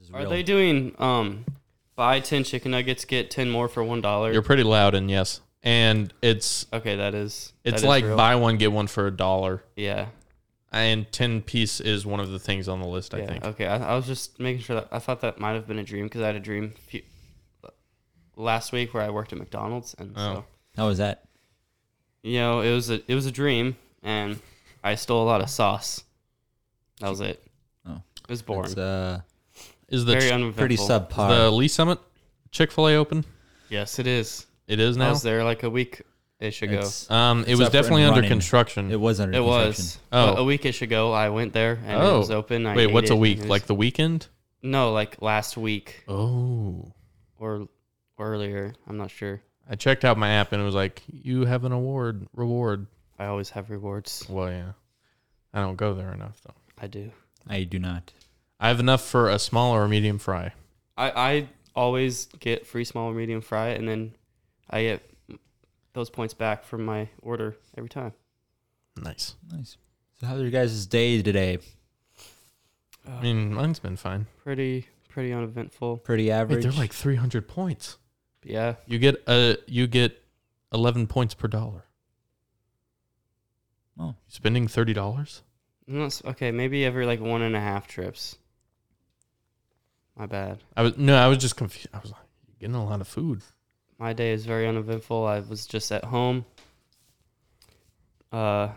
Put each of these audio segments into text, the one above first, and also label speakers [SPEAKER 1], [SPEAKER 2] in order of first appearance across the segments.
[SPEAKER 1] is
[SPEAKER 2] Are
[SPEAKER 1] real.
[SPEAKER 2] they doing um buy 10 chicken nuggets get 10 more for $1?
[SPEAKER 3] You're pretty loud and yes. And it's
[SPEAKER 2] okay, that is that
[SPEAKER 3] it's
[SPEAKER 2] is
[SPEAKER 3] like
[SPEAKER 2] real.
[SPEAKER 3] buy one get one for a dollar.
[SPEAKER 2] Yeah.
[SPEAKER 3] And 10 piece is one of the things on the list, I
[SPEAKER 2] yeah. uh,
[SPEAKER 3] think.
[SPEAKER 2] Okay. I, I was just making sure that I thought that might have been a dream because I had a dream few, last week where I worked at McDonald's and so
[SPEAKER 3] Oh.
[SPEAKER 1] How was that?
[SPEAKER 2] you know, it was a it was a dream and I stole a lot of sauce. That was it.
[SPEAKER 1] Oh.
[SPEAKER 2] It was boring.
[SPEAKER 1] It's uh,
[SPEAKER 3] Is the
[SPEAKER 2] Very
[SPEAKER 3] ch-
[SPEAKER 2] uneventful.
[SPEAKER 1] pretty subpar.
[SPEAKER 3] the Lee Summit Chick fil A open?
[SPEAKER 2] Yes, it is.
[SPEAKER 3] It is
[SPEAKER 2] I
[SPEAKER 3] now.
[SPEAKER 2] was there like a week ish ago.
[SPEAKER 1] It's-
[SPEAKER 3] Um, it
[SPEAKER 1] Except
[SPEAKER 3] was
[SPEAKER 1] for
[SPEAKER 3] definitely
[SPEAKER 1] in
[SPEAKER 3] under
[SPEAKER 1] running.
[SPEAKER 3] construction.
[SPEAKER 1] it was under
[SPEAKER 2] It was
[SPEAKER 1] construction.
[SPEAKER 2] a,
[SPEAKER 3] Oh.
[SPEAKER 2] a week ish ago. I went there and it
[SPEAKER 3] Oh.
[SPEAKER 2] was open. I
[SPEAKER 3] Wait,
[SPEAKER 2] ate
[SPEAKER 3] what's
[SPEAKER 2] it
[SPEAKER 3] a
[SPEAKER 2] and
[SPEAKER 3] week?
[SPEAKER 2] it was-
[SPEAKER 3] Like the weekend?
[SPEAKER 2] no, like last week
[SPEAKER 3] Oh.
[SPEAKER 2] or or earlier. I'm not sure.
[SPEAKER 3] I checked out my app and it was like, you have an award reward.
[SPEAKER 2] I always have rewards.
[SPEAKER 3] Well, yeah. I don't go there enough though.
[SPEAKER 2] I do.
[SPEAKER 1] I do not.
[SPEAKER 3] I have enough for a small or a medium fry.
[SPEAKER 2] I I always get free small or medium fry, and then I get those points back from my order every time.
[SPEAKER 3] Nice.
[SPEAKER 1] Nice. So how's your guys' day today?
[SPEAKER 3] I mean, mine's been fine.
[SPEAKER 2] Pretty pretty uneventful.
[SPEAKER 1] Pretty
[SPEAKER 3] Wait,
[SPEAKER 1] average.
[SPEAKER 3] they're like 300 points.
[SPEAKER 2] Yeah,
[SPEAKER 3] You get a you get 11 points per dollar.
[SPEAKER 1] Oh.
[SPEAKER 3] Spending $30?
[SPEAKER 2] No, it's- okay. Maybe every like one and a half trips. My bad.
[SPEAKER 3] I was no, I was just confused. I was like, you're getting a lot of food.
[SPEAKER 2] My day is very uneventful. I was just at home. Uh,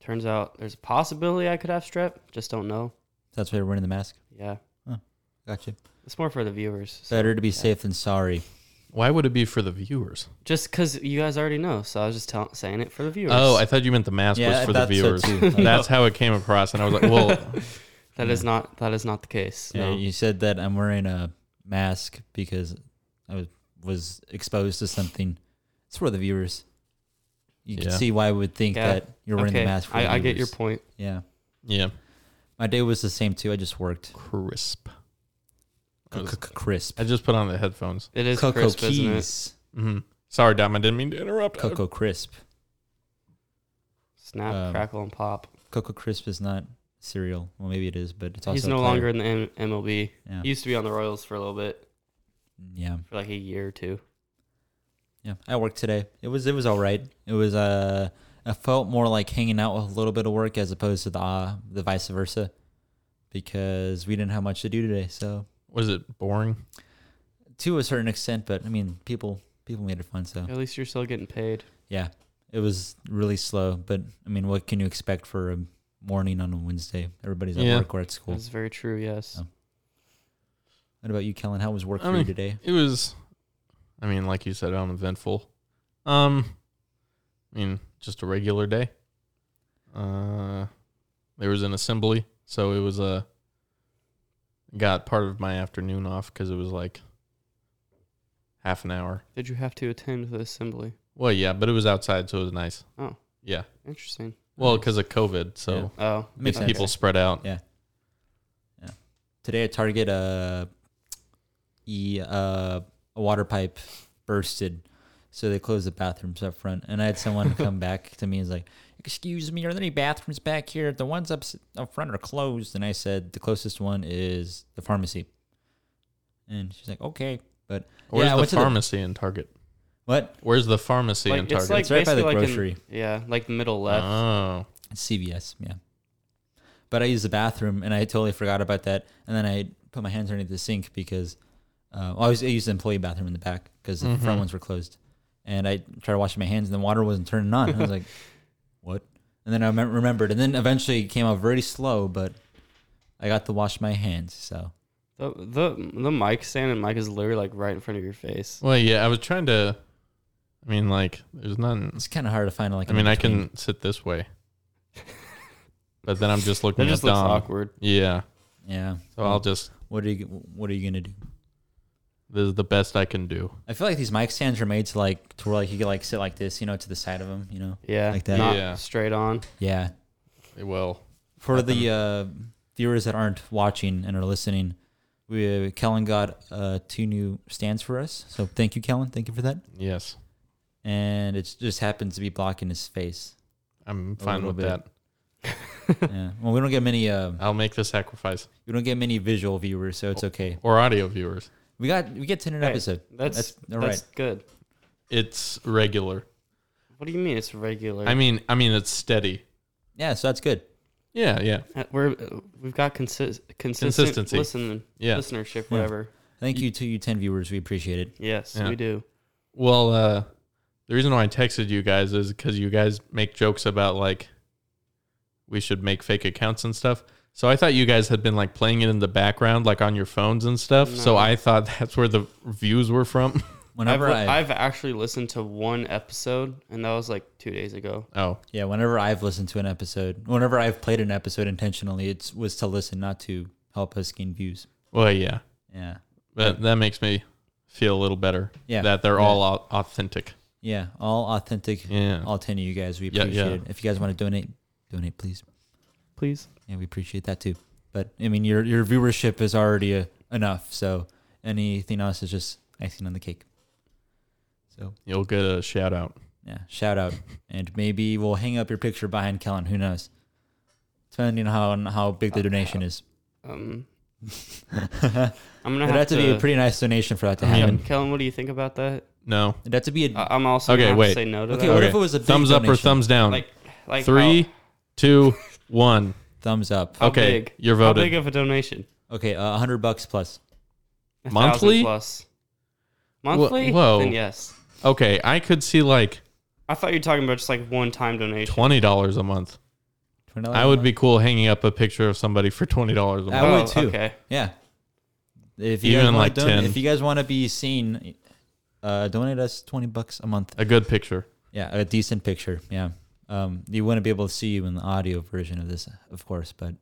[SPEAKER 2] turns out there's a possibility I could have strep. Just don't know.
[SPEAKER 1] That's why we're wearing the mask.
[SPEAKER 2] Yeah,
[SPEAKER 1] Gotcha.
[SPEAKER 2] it's more for the viewers. So.
[SPEAKER 1] Better to be safe than sorry.
[SPEAKER 3] Why would it be for the viewers?
[SPEAKER 2] Just because you guys already know, so I was just tell- saying it for the viewers.
[SPEAKER 3] Oh, I thought you meant the mask
[SPEAKER 1] Yeah,
[SPEAKER 3] was for
[SPEAKER 1] I
[SPEAKER 3] the
[SPEAKER 1] thought so
[SPEAKER 3] viewers.
[SPEAKER 1] too. Like-
[SPEAKER 3] That's how it came across and I was like, well,
[SPEAKER 2] that is not that is not the case.
[SPEAKER 1] Yeah,
[SPEAKER 2] no.
[SPEAKER 1] you said that I'm wearing a mask because I was, was exposed to something. It's for the viewers. You can
[SPEAKER 3] Yeah.
[SPEAKER 1] see why I would think
[SPEAKER 2] Yeah.
[SPEAKER 1] that you're wearing
[SPEAKER 2] okay,
[SPEAKER 1] the mask for the
[SPEAKER 2] I, I get your
[SPEAKER 1] viewers.
[SPEAKER 2] point.
[SPEAKER 1] Yeah.
[SPEAKER 3] yeah,
[SPEAKER 1] My day was the same too. I just worked.
[SPEAKER 3] crisp. I, was-
[SPEAKER 1] Crisp.
[SPEAKER 3] I just put on the headphones.
[SPEAKER 2] It is
[SPEAKER 1] Cocoa
[SPEAKER 2] crisp, isn't it?
[SPEAKER 1] Keys.
[SPEAKER 3] hmm Sorry, Dom, I didn't mean to interrupt.
[SPEAKER 1] Cocoa Crisp.
[SPEAKER 2] Snap,
[SPEAKER 1] Um,
[SPEAKER 2] crackle, and pop.
[SPEAKER 1] Cocoa Crisp is not cereal. Well, maybe it is, but it's also
[SPEAKER 2] He's
[SPEAKER 1] a
[SPEAKER 2] no
[SPEAKER 1] player.
[SPEAKER 2] longer in the M- MLB.
[SPEAKER 1] Yeah.
[SPEAKER 2] He used to be on the Royals for a little bit,
[SPEAKER 1] yeah.
[SPEAKER 2] for like a year or two.
[SPEAKER 1] Yeah, I worked today. It was it was all right. It was uh, I felt more like hanging out with a little bit of work as opposed to the uh, the vice versa, because we didn't have much to do today. So
[SPEAKER 3] Was it boring?
[SPEAKER 1] to a certain extent, but I mean, people people made it fun. So
[SPEAKER 2] At least you're still getting paid.
[SPEAKER 1] yeah, it was really slow. But I mean, what can you expect for a morning on a Wednesday? Everybody's at
[SPEAKER 3] Yeah.
[SPEAKER 1] work or at school.
[SPEAKER 2] That's very true. Yes.
[SPEAKER 1] Yeah. What about you, Kellen? How was work
[SPEAKER 3] I
[SPEAKER 1] for you
[SPEAKER 3] mean-
[SPEAKER 1] today?
[SPEAKER 3] It was, I mean, like you said, uneventful. Um, I mean, just a regular day. Uh, there was an assembly, so it was a. Got part of my afternoon off because it was like half an hour.
[SPEAKER 2] Did you have to attend the assembly?
[SPEAKER 3] Well, yeah, but it was outside, so it was nice.
[SPEAKER 2] Oh.
[SPEAKER 3] Yeah.
[SPEAKER 2] Interesting.
[SPEAKER 3] Well, because of COVID, so
[SPEAKER 2] Oh,
[SPEAKER 1] Makes sense.
[SPEAKER 3] people spread out.
[SPEAKER 1] today at Target, uh, e, uh, a water pipe bursted, so they closed the bathrooms up front. And I had someone come back to me and was like, "Excuse me, are there any bathrooms back here? The ones up s- up front are closed." And I said, "The closest one is the pharmacy." And she's like, "Okay, but
[SPEAKER 3] Where's
[SPEAKER 1] Yeah, I
[SPEAKER 3] the
[SPEAKER 1] went to the-
[SPEAKER 3] pharmacy in Target?
[SPEAKER 1] what?"
[SPEAKER 3] Where's the pharmacy
[SPEAKER 2] Like,
[SPEAKER 3] in
[SPEAKER 2] it's
[SPEAKER 3] Target?
[SPEAKER 2] like-
[SPEAKER 1] it's right by the
[SPEAKER 2] basically like in
[SPEAKER 1] grocery.
[SPEAKER 2] yeah, like middle left.
[SPEAKER 3] oh,
[SPEAKER 1] It's CVS, yeah. But I used the bathroom and I totally forgot about that. And then I put my hands underneath the sink because uh, well, I, was, I used the employee bathroom in the back because the front
[SPEAKER 3] Mhm.
[SPEAKER 1] ones were closed. And I tried to wash my hands and the water wasn't turning on. I was like, what? And then I remem- remembered. And then eventually it came out very slow, but I got to wash my hands. So Uh-huh.
[SPEAKER 2] The, the the mic stand and mic is literally like right in front of your face.
[SPEAKER 3] well, yeah. I was trying to. I mean, like, there's nothing.
[SPEAKER 1] it's kind of hard to find like.
[SPEAKER 3] I mean, I
[SPEAKER 1] in-between.
[SPEAKER 3] can sit this way, but then I'm just looking
[SPEAKER 2] That
[SPEAKER 3] at
[SPEAKER 2] just looks
[SPEAKER 3] Dom.
[SPEAKER 2] awkward. Hmm.
[SPEAKER 3] Yeah,
[SPEAKER 1] Yeah.
[SPEAKER 3] so I'll just.
[SPEAKER 1] What are you? What are you gonna do?
[SPEAKER 3] This is the best I can do.
[SPEAKER 1] I feel like these mic stands are made to like to where like you can like sit like this, you know, to the side of them, you know.
[SPEAKER 2] Yeah,
[SPEAKER 1] Like that.
[SPEAKER 2] Not
[SPEAKER 3] Yeah.
[SPEAKER 2] straight on.
[SPEAKER 1] Yeah.
[SPEAKER 3] Well,
[SPEAKER 1] For the uh, viewers that aren't watching and are listening, we Kellen got uh, two new stands for us. So thank you, Kellen. Thank you for that.
[SPEAKER 3] yes,
[SPEAKER 1] And it just happens to be blocking his face.
[SPEAKER 3] I'm fine
[SPEAKER 1] little
[SPEAKER 3] with
[SPEAKER 1] bit.
[SPEAKER 3] that.
[SPEAKER 1] yeah. Well, we don't get many. Uh,
[SPEAKER 3] I'll make the sacrifice.
[SPEAKER 1] we don't get many visual viewers, so it's okay.
[SPEAKER 3] Or audio viewers.
[SPEAKER 1] We got we get ten an
[SPEAKER 2] Hey,
[SPEAKER 1] episode.
[SPEAKER 2] That's that's,
[SPEAKER 1] That's- all right.
[SPEAKER 2] good.
[SPEAKER 3] It's regular.
[SPEAKER 2] What do you mean it's regular?
[SPEAKER 3] I mean, I mean it's steady.
[SPEAKER 1] Yeah, so that's good.
[SPEAKER 3] Yeah, yeah,
[SPEAKER 2] Uh, we're uh, we've got consi- consistent
[SPEAKER 3] Consistency.
[SPEAKER 2] listen
[SPEAKER 3] yeah.
[SPEAKER 2] listenership,
[SPEAKER 1] Yeah.
[SPEAKER 2] whatever.
[SPEAKER 1] Thank you to you ten viewers. We appreciate it.
[SPEAKER 2] Yes,
[SPEAKER 3] Yeah.
[SPEAKER 2] we do.
[SPEAKER 3] Well, uh, the reason why I texted you guys is because you guys make jokes about like we should make fake accounts and stuff. So I thought you guys had been like playing it in the background, like on your phones and stuff. So
[SPEAKER 2] No.
[SPEAKER 3] I thought that's where the views were from.
[SPEAKER 2] I've,
[SPEAKER 1] Whenever
[SPEAKER 2] li-
[SPEAKER 1] I
[SPEAKER 2] I've actually listened to one episode, and that was like two days ago.
[SPEAKER 3] oh,
[SPEAKER 1] yeah, whenever I've listened to an episode, whenever I've played an episode intentionally, it was to listen, not to help us gain views.
[SPEAKER 3] well, yeah.
[SPEAKER 1] Yeah,
[SPEAKER 3] That that makes me feel a little better.
[SPEAKER 1] Yeah.
[SPEAKER 3] that they're
[SPEAKER 1] Yeah.
[SPEAKER 3] all au- authentic.
[SPEAKER 1] yeah, all authentic.
[SPEAKER 3] Yeah.
[SPEAKER 1] All ten of you guys, we
[SPEAKER 3] Yeah,
[SPEAKER 1] appreciate
[SPEAKER 3] yeah.
[SPEAKER 1] it. If you guys want to donate, donate please.
[SPEAKER 2] Please,
[SPEAKER 1] Yeah, we appreciate that too. But I mean, your your viewership is already uh enough. So anything else is just icing on the cake. So
[SPEAKER 3] You'll get a shout out.
[SPEAKER 1] yeah, shout out, and maybe we'll hang up your picture behind Kellen. Who knows? Depending on how on how big the donation is,
[SPEAKER 2] um,
[SPEAKER 1] it'd
[SPEAKER 2] I'm gonna have,
[SPEAKER 1] have to be a pretty nice donation for that to
[SPEAKER 3] Yeah.
[SPEAKER 1] happen.
[SPEAKER 2] Kellen, what do you think about that?
[SPEAKER 3] No.
[SPEAKER 1] It'd have to be a
[SPEAKER 2] I- I'm also
[SPEAKER 3] Okay,
[SPEAKER 2] gonna have
[SPEAKER 3] wait.
[SPEAKER 2] to say no to
[SPEAKER 1] Okay,
[SPEAKER 2] that.
[SPEAKER 1] what if it was a big
[SPEAKER 3] Uh, thumbs up or
[SPEAKER 1] donation?
[SPEAKER 3] thumbs down?
[SPEAKER 2] Like, like
[SPEAKER 3] Three, two, one.
[SPEAKER 1] thumbs up.
[SPEAKER 2] How
[SPEAKER 3] okay,
[SPEAKER 2] big?
[SPEAKER 3] you're
[SPEAKER 2] how, how big
[SPEAKER 3] voted.
[SPEAKER 2] of a donation?
[SPEAKER 1] Okay, a hundred bucks plus.
[SPEAKER 2] A
[SPEAKER 3] Monthly?
[SPEAKER 2] thousand plus. Monthly?
[SPEAKER 3] whoa.
[SPEAKER 2] Then yes.
[SPEAKER 3] okay, I could see like
[SPEAKER 2] I thought you were talking about just like one time donation.
[SPEAKER 3] twenty dollars a month.
[SPEAKER 1] $20
[SPEAKER 3] I would be cool hanging up a picture of somebody for twenty dollars a
[SPEAKER 1] I
[SPEAKER 3] month.
[SPEAKER 1] would too.
[SPEAKER 2] Oh, Okay.
[SPEAKER 1] Yeah. If you
[SPEAKER 3] Even
[SPEAKER 1] guys wanna
[SPEAKER 3] like
[SPEAKER 1] don-
[SPEAKER 3] 10.
[SPEAKER 1] if you guys want to be seen, uh, donate us twenty bucks a month.
[SPEAKER 3] A good picture.
[SPEAKER 1] Yeah, a decent picture. Yeah. Um, you wouldn't be able to see you in the audio version of this, of course, but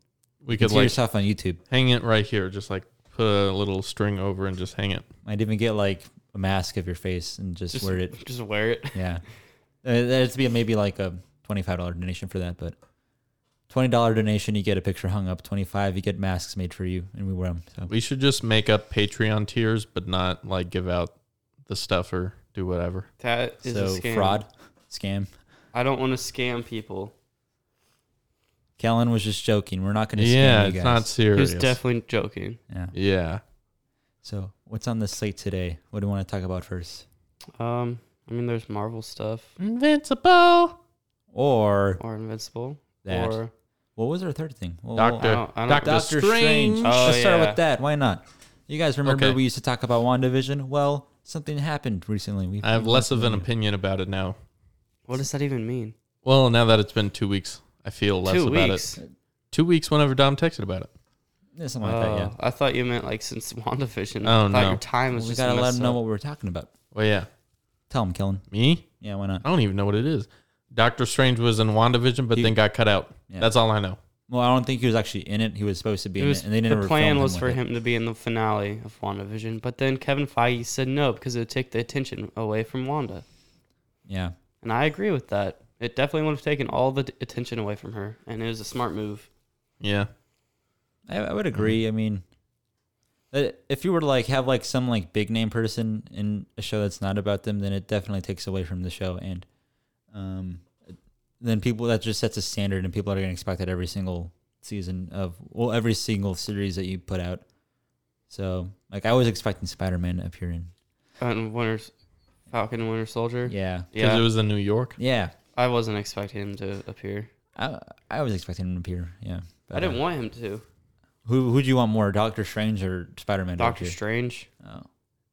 [SPEAKER 3] We
[SPEAKER 1] you can
[SPEAKER 3] could
[SPEAKER 1] see
[SPEAKER 3] like
[SPEAKER 1] yourself on YouTube.
[SPEAKER 3] hang it right here, just like put a little string over and just hang it.
[SPEAKER 1] Might even get like a mask of your face and just,
[SPEAKER 2] Just
[SPEAKER 1] wear it.
[SPEAKER 2] Just wear it.
[SPEAKER 1] Yeah. Uh, That'd be maybe like a twenty-five dollar donation for that, but twenty dollar donation, you get a picture hung up. Twenty-five, you get masks made for you, and we wear them. So
[SPEAKER 3] We should just make up Patreon tiers, but not like give out the stuff or do whatever.
[SPEAKER 2] That is
[SPEAKER 1] so
[SPEAKER 2] a scam.
[SPEAKER 1] fraud, scam.
[SPEAKER 2] I don't want to scam people.
[SPEAKER 1] Kellen was just joking. We're not going to scam
[SPEAKER 3] Yeah,
[SPEAKER 1] you
[SPEAKER 3] it's
[SPEAKER 1] guys.
[SPEAKER 3] not
[SPEAKER 2] He
[SPEAKER 3] serious.
[SPEAKER 2] was definitely joking.
[SPEAKER 1] yeah.
[SPEAKER 3] yeah.
[SPEAKER 1] So what's on the slate today? What do you want to talk about first?
[SPEAKER 2] Um, I mean, there's Marvel stuff
[SPEAKER 3] Invincible.
[SPEAKER 1] Or
[SPEAKER 2] or Invincible
[SPEAKER 1] that?
[SPEAKER 2] or
[SPEAKER 1] what was our third thing? Well,
[SPEAKER 3] Doctor
[SPEAKER 2] I don't. I don't
[SPEAKER 3] Doctor
[SPEAKER 1] Doctor Strange.
[SPEAKER 3] Strange.
[SPEAKER 2] Oh,
[SPEAKER 1] Let's start
[SPEAKER 2] yeah.
[SPEAKER 1] with that. Why not? You guys remember
[SPEAKER 3] Okay.
[SPEAKER 1] we used to talk about WandaVision? Well, something happened recently. We've
[SPEAKER 3] I have
[SPEAKER 1] we've
[SPEAKER 3] less
[SPEAKER 1] been
[SPEAKER 3] of an
[SPEAKER 1] familiar.
[SPEAKER 3] opinion about it now.
[SPEAKER 2] What does that even mean?
[SPEAKER 3] Well, now that it's been two weeks, I feel less
[SPEAKER 2] Two
[SPEAKER 3] about it.
[SPEAKER 2] weeks.
[SPEAKER 3] Two weeks whenever Dom texted about it.
[SPEAKER 1] Yeah, something like that, yeah.
[SPEAKER 2] Oh, I thought you meant like since WandaVision.
[SPEAKER 3] Oh,
[SPEAKER 2] I thought
[SPEAKER 3] no.
[SPEAKER 2] your time was
[SPEAKER 1] we
[SPEAKER 2] just
[SPEAKER 1] gotta let
[SPEAKER 2] messed
[SPEAKER 1] them know
[SPEAKER 2] up.
[SPEAKER 1] what we were talking about.
[SPEAKER 3] Well, yeah.
[SPEAKER 1] Tell them, Kellen.
[SPEAKER 3] Me?
[SPEAKER 1] Yeah, why not?
[SPEAKER 3] I don't even know what it is. Doctor Strange was in WandaVision, but
[SPEAKER 1] He-
[SPEAKER 3] then got cut out.
[SPEAKER 1] Yeah.
[SPEAKER 3] That's all I know.
[SPEAKER 1] Well, I don't think he was actually in it. He was supposed to be
[SPEAKER 2] It
[SPEAKER 1] in
[SPEAKER 2] was,
[SPEAKER 1] it, and they didn't.
[SPEAKER 2] the plan was for him to be in the finale of WandaVision, but then Kevin Feige said no because it would take the attention away from Wanda.
[SPEAKER 1] Yeah,
[SPEAKER 2] And I agree with that. It definitely would have taken all the t- attention away from her, and it was a smart move.
[SPEAKER 3] Yeah.
[SPEAKER 1] I, I
[SPEAKER 2] Mm.
[SPEAKER 1] would agree. I mean, uh, if you were to like have like some like big name person in a show that's not about them, then it definitely takes away from the show, and um, then people that just sets a standard, and people are going to expect that every single season of well, every single series that you put out. So, like, I was expecting Spider Man to appear in.
[SPEAKER 2] And Winter S- Falcon and Winter Soldier. Yeah,
[SPEAKER 1] Yeah,
[SPEAKER 3] Because it was in New York.
[SPEAKER 1] yeah.
[SPEAKER 2] I wasn't expecting him to appear.
[SPEAKER 1] I I was expecting him to appear. Yeah, uh,
[SPEAKER 2] I didn't want him to.
[SPEAKER 1] Who who do you want more, Doctor Strange or Spider Man?
[SPEAKER 2] Doctor Strange.
[SPEAKER 1] Oh.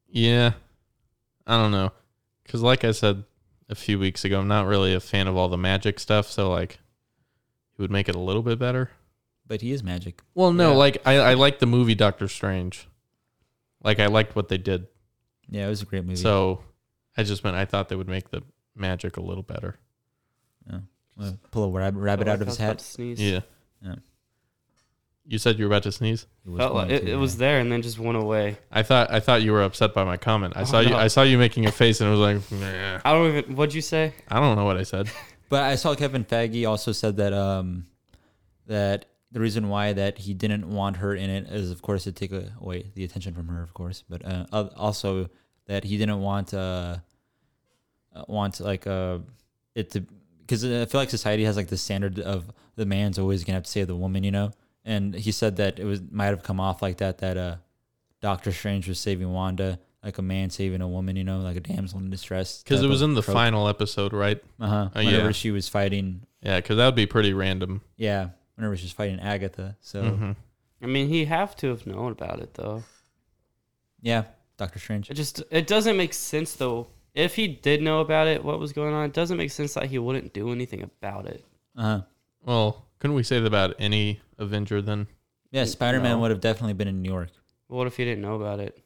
[SPEAKER 3] Yeah. I don't know. Because, like I said a few weeks ago, I'm not really a fan of all the magic stuff. So, like, it would make it a little bit better.
[SPEAKER 1] But he is magic.
[SPEAKER 3] Well, no,
[SPEAKER 2] Yeah.
[SPEAKER 3] like, I, I like the movie Doctor Strange. Like, I liked what they did.
[SPEAKER 1] Yeah, it was a great movie.
[SPEAKER 3] So, I just meant I thought they would make the magic a little better.
[SPEAKER 1] Uh, pull a rabbit, rabbit
[SPEAKER 2] Oh, I
[SPEAKER 1] out of
[SPEAKER 2] thought
[SPEAKER 1] his
[SPEAKER 2] I was about
[SPEAKER 1] hat.
[SPEAKER 2] to sneeze.
[SPEAKER 3] Yeah.
[SPEAKER 1] Yeah.
[SPEAKER 3] You said you were about to sneeze.
[SPEAKER 1] He was
[SPEAKER 2] Felt
[SPEAKER 1] going
[SPEAKER 2] like it,
[SPEAKER 1] to, uh,
[SPEAKER 2] it was
[SPEAKER 1] yeah.
[SPEAKER 2] there and then just went away.
[SPEAKER 3] I thought I thought you were upset by my comment. I
[SPEAKER 2] Oh,
[SPEAKER 3] saw you
[SPEAKER 2] no.
[SPEAKER 3] I saw you making a face and it was like "Nah."
[SPEAKER 2] I don't even. What'd you say?
[SPEAKER 3] I don't know what I said.
[SPEAKER 1] But I saw Kevin Feige also said that um that the reason why that he didn't want her in it is of course to take away the attention from her, of course, but uh, al- also that he didn't want uh uh, want like uh it to because I feel like society has like the standard of the man's always gonna have to save the woman, you know. And he said that it was might have come off like that that uh, Doctor Strange was saving Wanda like a man saving a woman, you know, like a damsel in distress.
[SPEAKER 3] Because it was in the final episode, right?
[SPEAKER 1] uh huh.
[SPEAKER 3] Oh,
[SPEAKER 1] Whenever
[SPEAKER 3] yeah.
[SPEAKER 1] she was fighting,
[SPEAKER 3] Yeah, because that would be pretty random.
[SPEAKER 1] yeah, whenever she was fighting Agatha. So
[SPEAKER 2] Mm-hmm.
[SPEAKER 3] Mhm.
[SPEAKER 2] I mean, he have to have known about it though.
[SPEAKER 1] yeah, Doctor Strange.
[SPEAKER 2] It just it doesn't make sense though. If he did know about it, what was going on, it doesn't make sense that he wouldn't do anything about it.
[SPEAKER 1] Uh huh.
[SPEAKER 3] Well, couldn't we say that about any Avenger then?
[SPEAKER 1] Yeah, Spider Man
[SPEAKER 2] No.
[SPEAKER 1] would have definitely been in New York.
[SPEAKER 2] What if he didn't know about it?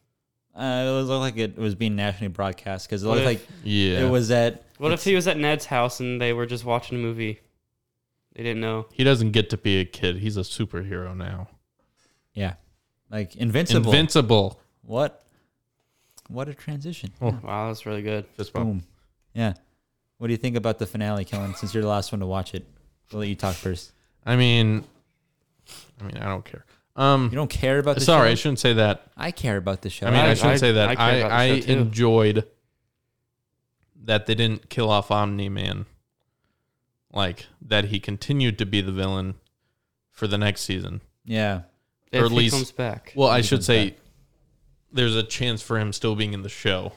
[SPEAKER 1] Uh, it looked like it was being nationally broadcast because it
[SPEAKER 2] What
[SPEAKER 1] looked
[SPEAKER 2] if-
[SPEAKER 1] like
[SPEAKER 3] Yeah.
[SPEAKER 1] it was at
[SPEAKER 2] What
[SPEAKER 1] It's-
[SPEAKER 2] if he was at Ned's house and they were just watching a movie? They didn't know.
[SPEAKER 3] he doesn't get to be a kid. He's a superhero now.
[SPEAKER 1] yeah, like Invincible.
[SPEAKER 3] Invincible.
[SPEAKER 1] what? What a transition.
[SPEAKER 2] Wow, that's really good.
[SPEAKER 3] Fist bump.
[SPEAKER 1] Boom. Yeah. What do you think about the finale, Kellen? Since you're the last one to watch it, we'll let you talk first.
[SPEAKER 3] I mean, I mean, I don't care.
[SPEAKER 1] You
[SPEAKER 3] Um,
[SPEAKER 1] don't care about the
[SPEAKER 3] sorry, I
[SPEAKER 1] show.
[SPEAKER 3] shouldn't say that.
[SPEAKER 1] I care about the show.
[SPEAKER 3] I mean, I,
[SPEAKER 2] I-
[SPEAKER 3] shouldn't
[SPEAKER 2] I-
[SPEAKER 3] say that.
[SPEAKER 2] I
[SPEAKER 3] I,
[SPEAKER 2] care about the
[SPEAKER 3] I,
[SPEAKER 2] show, too.
[SPEAKER 3] enjoyed that they didn't kill off Omni Man. Like that, he continued to be the villain for the next season.
[SPEAKER 1] yeah.
[SPEAKER 2] If
[SPEAKER 3] Or at
[SPEAKER 2] he
[SPEAKER 3] least-
[SPEAKER 2] comes back.
[SPEAKER 3] Well, I
[SPEAKER 1] He
[SPEAKER 3] should
[SPEAKER 1] comes
[SPEAKER 3] say
[SPEAKER 1] back.
[SPEAKER 3] there's a chance for him still being in the show.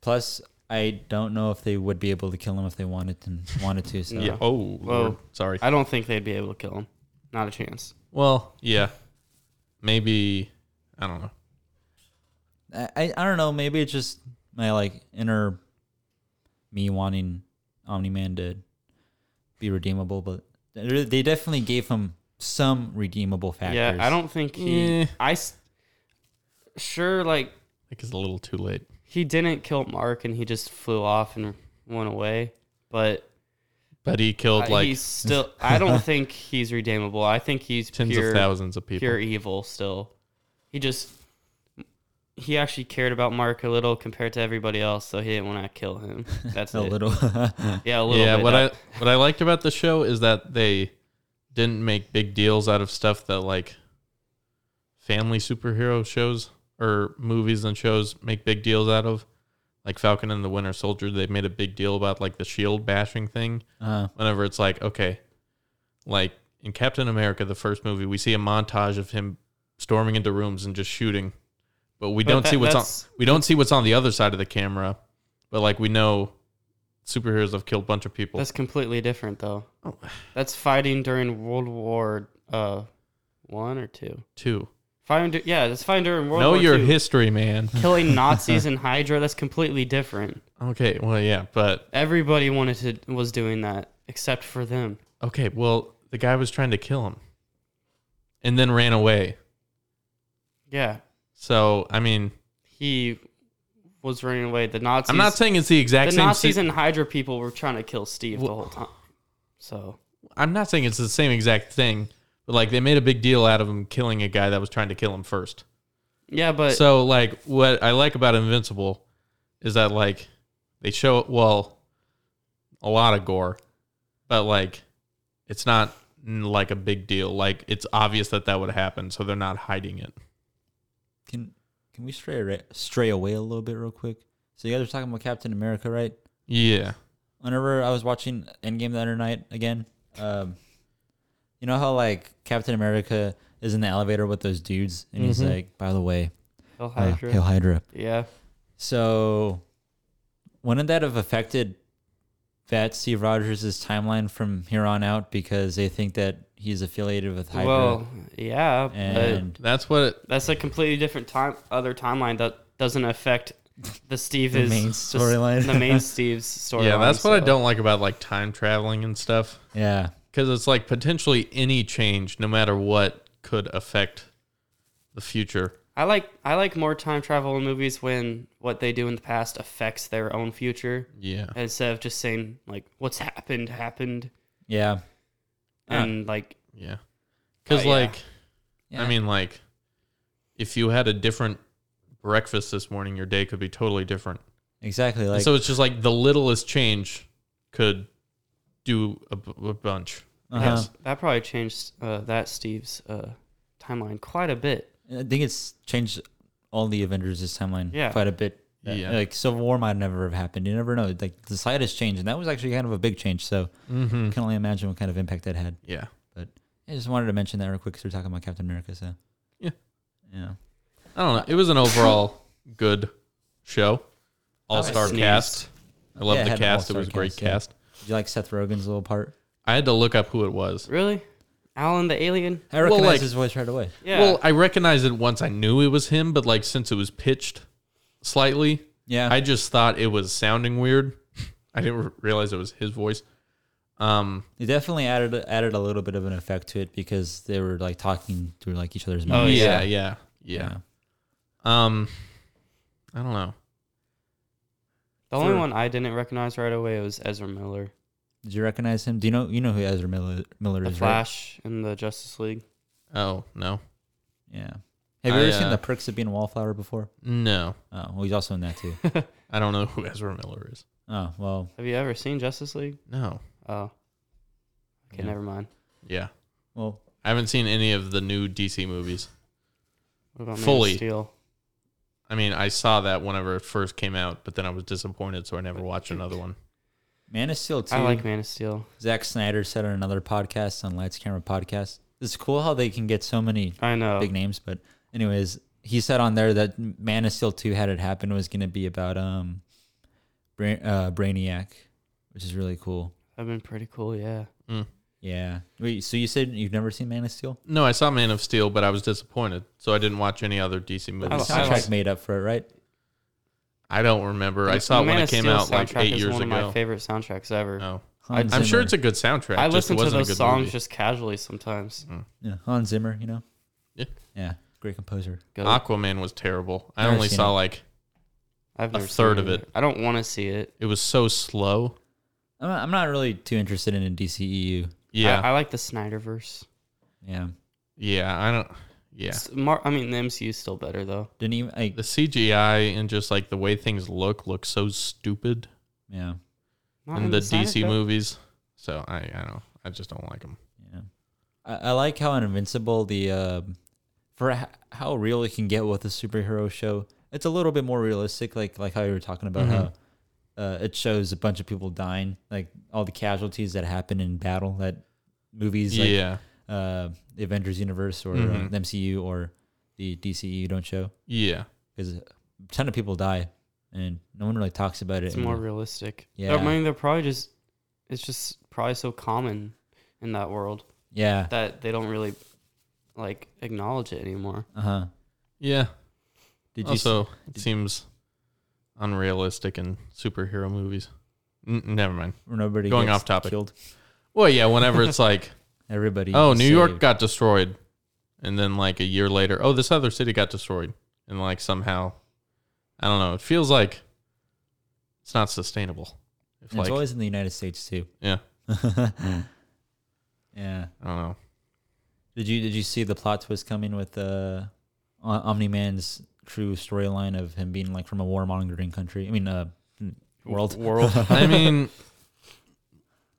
[SPEAKER 1] Plus, I don't know if they would be able to kill him if they wanted to. Wanted to. So
[SPEAKER 3] Yeah. Oh, Lord.
[SPEAKER 2] Well,
[SPEAKER 3] sorry.
[SPEAKER 2] I don't think they'd be able to kill him. Not a chance.
[SPEAKER 3] well, yeah, maybe I don't know.
[SPEAKER 1] I, I, I don't know. Maybe it's just my like inner me wanting Omni Man to be redeemable, but they they definitely gave him some redeemable factors.
[SPEAKER 2] Yeah, I don't think he.
[SPEAKER 3] Eh.
[SPEAKER 2] I s- sure like
[SPEAKER 3] I think it's a little too late.
[SPEAKER 2] he didn't kill Mark and he just flew off and went away, but
[SPEAKER 3] But he killed
[SPEAKER 2] I-
[SPEAKER 3] like
[SPEAKER 2] Uh, he's still. I don't think he's redeemable. I think he's
[SPEAKER 3] tens
[SPEAKER 2] pure,
[SPEAKER 3] of thousands of people.
[SPEAKER 2] pure evil still. He just he actually cared about Mark a little compared to everybody else, so he didn't want to kill him. That's
[SPEAKER 1] a
[SPEAKER 2] it.
[SPEAKER 1] little.
[SPEAKER 2] Yeah, a little.
[SPEAKER 3] Yeah,
[SPEAKER 2] bit.
[SPEAKER 3] what
[SPEAKER 2] That-
[SPEAKER 3] I what I liked about the show is that they didn't make big deals out of stuff that like family superhero shows or movies and shows make big deals out of. Like Falcon and the Winter Soldier, they made a big deal about like the shield bashing thing.
[SPEAKER 1] uh,
[SPEAKER 3] Whenever it's like, okay, like in Captain America, the first movie, we see a montage of him storming into rooms and just shooting, but we
[SPEAKER 2] But
[SPEAKER 3] don't
[SPEAKER 2] that-
[SPEAKER 3] see what's on
[SPEAKER 2] that's-
[SPEAKER 3] we don't see what's on the other side of the camera. But like we know, superheroes have killed a bunch of people.
[SPEAKER 2] That's completely different though.
[SPEAKER 3] Oh.
[SPEAKER 2] That's fighting during World War uh one or two.
[SPEAKER 3] Two.
[SPEAKER 2] Fighting, du- yeah, that's fighting during World
[SPEAKER 3] know
[SPEAKER 2] War
[SPEAKER 3] your
[SPEAKER 2] II.
[SPEAKER 3] history, man.
[SPEAKER 2] Killing Nazis and Hydra. That's completely different.
[SPEAKER 3] Okay, well, yeah, but
[SPEAKER 2] Everybody wanted to was doing that except for them.
[SPEAKER 3] okay, well, the guy was trying to kill him, and then ran away.
[SPEAKER 2] Yeah,
[SPEAKER 3] So, I mean,
[SPEAKER 2] he was running away. The Nazis.
[SPEAKER 3] I'm not saying it's the exact
[SPEAKER 2] the
[SPEAKER 3] same.
[SPEAKER 2] Nazis
[SPEAKER 3] si-
[SPEAKER 2] and Hydra people were trying to kill Steve the
[SPEAKER 3] Wha-
[SPEAKER 2] whole time. So
[SPEAKER 3] I'm not saying it's the same exact thing, but like they made a big deal out of him killing a guy that was trying to kill him first.
[SPEAKER 2] yeah, but
[SPEAKER 3] so like what I like about Invincible is that like they show well a lot of gore, but like it's not mm, like a big deal. Like it's obvious that that would happen, so they're not hiding it.
[SPEAKER 1] can can we stray ra- stray away a little bit real quick? So you guys are talking about Captain America, right?
[SPEAKER 3] Yeah.
[SPEAKER 1] whenever I was watching Endgame the other night again, um, you know how like Captain America is in the elevator with those dudes, and he's
[SPEAKER 3] Mhm.
[SPEAKER 1] like, "By the way,
[SPEAKER 2] Hell
[SPEAKER 1] uh,
[SPEAKER 2] Mm-hmm. Hydra.
[SPEAKER 1] Hail Hydra."
[SPEAKER 2] yeah,
[SPEAKER 1] So, wouldn't that have affected that Steve Rogers' timeline from here on out because they think that he's affiliated with Hydra?
[SPEAKER 2] well, yeah, but
[SPEAKER 1] and
[SPEAKER 3] That's what it,
[SPEAKER 2] that's a completely different time, other timeline that doesn't affect the Steve
[SPEAKER 1] The
[SPEAKER 2] is
[SPEAKER 1] main
[SPEAKER 2] the s-
[SPEAKER 1] storyline.
[SPEAKER 2] the main Steve's storyline.
[SPEAKER 3] Yeah, that's what I
[SPEAKER 2] so-
[SPEAKER 3] don't like about like time traveling and stuff
[SPEAKER 1] yeah,
[SPEAKER 3] cuz it's like potentially any change no matter what could affect the future.
[SPEAKER 2] I like I like more time travel in movies when what they do in the past affects their own future
[SPEAKER 3] Yeah.
[SPEAKER 2] instead of just saying like what's happened happened
[SPEAKER 1] yeah, Yeah.
[SPEAKER 2] and like
[SPEAKER 3] Yeah. Cuz
[SPEAKER 2] Oh, yeah.
[SPEAKER 3] like
[SPEAKER 1] yeah.
[SPEAKER 3] I mean, like, if you had a different breakfast this morning, your day could be totally different.
[SPEAKER 1] exactly.
[SPEAKER 3] And
[SPEAKER 1] Like,
[SPEAKER 3] so it's just like the littlest change could do a, b- a bunch.
[SPEAKER 1] uh-huh.
[SPEAKER 2] That's- That probably changed uh, that Steve's uh, timeline quite a bit.
[SPEAKER 1] I think it's changed all the Avengers' timeline
[SPEAKER 2] Yeah.
[SPEAKER 1] quite a bit That-
[SPEAKER 3] Yeah.
[SPEAKER 1] Like Civil War might never have happened. You never know. Like the slightest change, and that was actually kind of a big change. So
[SPEAKER 3] Mm-hmm.
[SPEAKER 1] I can only imagine what kind of impact that had.
[SPEAKER 3] Yeah.
[SPEAKER 1] I just wanted to mention that real quick because we're talking about Captain America. So
[SPEAKER 3] Yeah.
[SPEAKER 1] yeah.
[SPEAKER 3] I don't know. It was an overall good show. All
[SPEAKER 2] I
[SPEAKER 3] star
[SPEAKER 2] sneezed.
[SPEAKER 3] cast. I love
[SPEAKER 1] Yeah, it
[SPEAKER 3] the
[SPEAKER 1] had an
[SPEAKER 3] cast. It
[SPEAKER 1] all-star
[SPEAKER 3] was a great
[SPEAKER 1] cast, yeah.
[SPEAKER 3] cast.
[SPEAKER 1] Did you like Seth Rogen's little part?
[SPEAKER 3] I had to look up who it was.
[SPEAKER 2] Really? Alan the alien?
[SPEAKER 1] I recognize
[SPEAKER 3] like-
[SPEAKER 1] his voice right away.
[SPEAKER 2] Yeah.
[SPEAKER 3] Well, I recognized it once I knew it was him, but like since it was pitched slightly,
[SPEAKER 1] Yeah.
[SPEAKER 3] I just thought it was sounding weird. I didn't r- realize it was his voice. Um,
[SPEAKER 1] It definitely added added a little bit of an effect to it because they were like talking through like each other's
[SPEAKER 2] Oh,
[SPEAKER 1] mouths.
[SPEAKER 3] yeah,
[SPEAKER 2] yeah.
[SPEAKER 3] yeah, yeah, Um, I don't know.
[SPEAKER 2] the only
[SPEAKER 3] for-
[SPEAKER 2] one I didn't recognize right away was Ezra Miller.
[SPEAKER 1] Did you recognize him? Do you know you know who Ezra Miller, Miller
[SPEAKER 2] The
[SPEAKER 1] is?
[SPEAKER 2] Flash in the Justice League.
[SPEAKER 3] Oh no,
[SPEAKER 1] Right? Yeah. Have you ever
[SPEAKER 3] I,
[SPEAKER 1] seen
[SPEAKER 3] uh,
[SPEAKER 1] the perks of being a wallflower before?
[SPEAKER 3] no,
[SPEAKER 1] Oh, well, he's also in that too.
[SPEAKER 3] I don't know who Ezra Miller is.
[SPEAKER 1] oh, well,
[SPEAKER 2] Have you ever seen Justice League?
[SPEAKER 3] No,
[SPEAKER 2] Oh. Okay,
[SPEAKER 1] Yeah.
[SPEAKER 2] never mind.
[SPEAKER 3] yeah,
[SPEAKER 1] well,
[SPEAKER 3] I haven't seen any of the new DC movies.
[SPEAKER 2] What about Man
[SPEAKER 3] Fully.
[SPEAKER 2] of Steel?
[SPEAKER 3] I mean, I saw that whenever it first came out, but then I was disappointed, so I never watched another one.
[SPEAKER 1] Man of Steel too.
[SPEAKER 2] I like Man of Steel.
[SPEAKER 1] Zack Snyder said on another podcast on Lights Camera Podcast. It's cool how they can get so many
[SPEAKER 2] I know.
[SPEAKER 1] big names, but anyways, he said on there that Man of Steel two had it happen was going to be about um, Bra- uh, Brainiac, which is really cool.
[SPEAKER 2] That'd been pretty cool, yeah.
[SPEAKER 1] Yeah. Wait. So you said you've never seen Man of Steel?
[SPEAKER 3] No, I saw Man of Steel, but I was disappointed, so I didn't watch any other DC
[SPEAKER 1] But
[SPEAKER 3] movies.
[SPEAKER 1] the
[SPEAKER 2] I- I
[SPEAKER 1] soundtrack
[SPEAKER 2] like-
[SPEAKER 1] made up for it, right?
[SPEAKER 3] I don't remember. I
[SPEAKER 2] The
[SPEAKER 3] saw it when
[SPEAKER 2] Man
[SPEAKER 3] it
[SPEAKER 2] of
[SPEAKER 3] came
[SPEAKER 2] Steel
[SPEAKER 3] out like
[SPEAKER 2] soundtrack
[SPEAKER 3] eight
[SPEAKER 2] is
[SPEAKER 3] years
[SPEAKER 2] one of my
[SPEAKER 3] ago.
[SPEAKER 2] favorite soundtracks ever.
[SPEAKER 3] Oh,
[SPEAKER 2] I-
[SPEAKER 1] Hans
[SPEAKER 3] I'm sure
[SPEAKER 1] Zimmer.
[SPEAKER 3] it's a good soundtrack.
[SPEAKER 2] I
[SPEAKER 3] just
[SPEAKER 2] listen to
[SPEAKER 3] wasn't a
[SPEAKER 2] those
[SPEAKER 3] good
[SPEAKER 2] songs
[SPEAKER 3] movie.
[SPEAKER 2] just casually sometimes.
[SPEAKER 1] yeah, Hans Zimmer. You know.
[SPEAKER 3] Yeah.
[SPEAKER 1] Yeah. Great composer.
[SPEAKER 2] Go.
[SPEAKER 3] Aquaman was terrible. I
[SPEAKER 1] Never
[SPEAKER 3] only
[SPEAKER 1] seen
[SPEAKER 3] saw
[SPEAKER 1] it.
[SPEAKER 3] like
[SPEAKER 2] I've
[SPEAKER 3] a
[SPEAKER 2] never seen
[SPEAKER 3] third of
[SPEAKER 2] either.
[SPEAKER 3] it.
[SPEAKER 2] I don't want to see it.
[SPEAKER 3] it was so slow.
[SPEAKER 1] I'm not, I'm not really too interested in DCEU.
[SPEAKER 3] Yeah,
[SPEAKER 2] I, I like the Snyderverse.
[SPEAKER 1] E Yeah.
[SPEAKER 3] yeah. I don't. Yeah,
[SPEAKER 2] S- Mar- I mean, the MCU is still better though.
[SPEAKER 1] Didn't even. Like,
[SPEAKER 3] the CGI and just like the way things look look so stupid
[SPEAKER 1] yeah.
[SPEAKER 2] Not
[SPEAKER 3] in the DC
[SPEAKER 2] Snyder Cut.
[SPEAKER 3] movies. So I, I don't. I just don't like them.
[SPEAKER 1] Yeah. I, I like how invincible the uh, for h- how real it can get with a superhero show. It's a little bit more realistic, like like how you were talking about
[SPEAKER 3] Mhm.
[SPEAKER 1] how uh, it shows a bunch of people dying, like all the casualties that happen in battle that movies like
[SPEAKER 3] yeah,
[SPEAKER 1] uh, the Avengers universe or uh,
[SPEAKER 3] Mhm.
[SPEAKER 1] the MCU or the DCU don't show
[SPEAKER 3] yeah.
[SPEAKER 1] because a ton of people die and no one really talks about it.
[SPEAKER 2] It's
[SPEAKER 1] and-
[SPEAKER 2] more realistic.
[SPEAKER 1] Yeah.
[SPEAKER 2] I mean, they're probably just. It's just probably so common in that world
[SPEAKER 1] yeah.
[SPEAKER 2] that they don't really like acknowledge it anymore.
[SPEAKER 1] Uh huh.
[SPEAKER 3] Yeah.
[SPEAKER 1] Did you
[SPEAKER 3] also, it
[SPEAKER 1] did-
[SPEAKER 3] seems unrealistic in superhero movies. N- never mind.
[SPEAKER 1] see, nobody
[SPEAKER 3] going
[SPEAKER 1] gets
[SPEAKER 3] off topic.
[SPEAKER 1] Killed
[SPEAKER 3] Well, yeah. Whenever it's like,
[SPEAKER 1] everybody.
[SPEAKER 3] oh,
[SPEAKER 1] is
[SPEAKER 3] New York
[SPEAKER 1] saved.
[SPEAKER 3] got destroyed, and then like a year later, oh, this other city got destroyed, and like somehow, I don't know. It feels like it's not sustainable. If
[SPEAKER 1] And
[SPEAKER 3] like
[SPEAKER 1] it's always in the United States too.
[SPEAKER 3] Yeah.
[SPEAKER 1] yeah.
[SPEAKER 3] I don't know.
[SPEAKER 1] Did you did you see the plot twist coming with uh, Omni Man's true storyline of him being like from a warmongering country? I mean, uh, world.
[SPEAKER 3] World. I mean,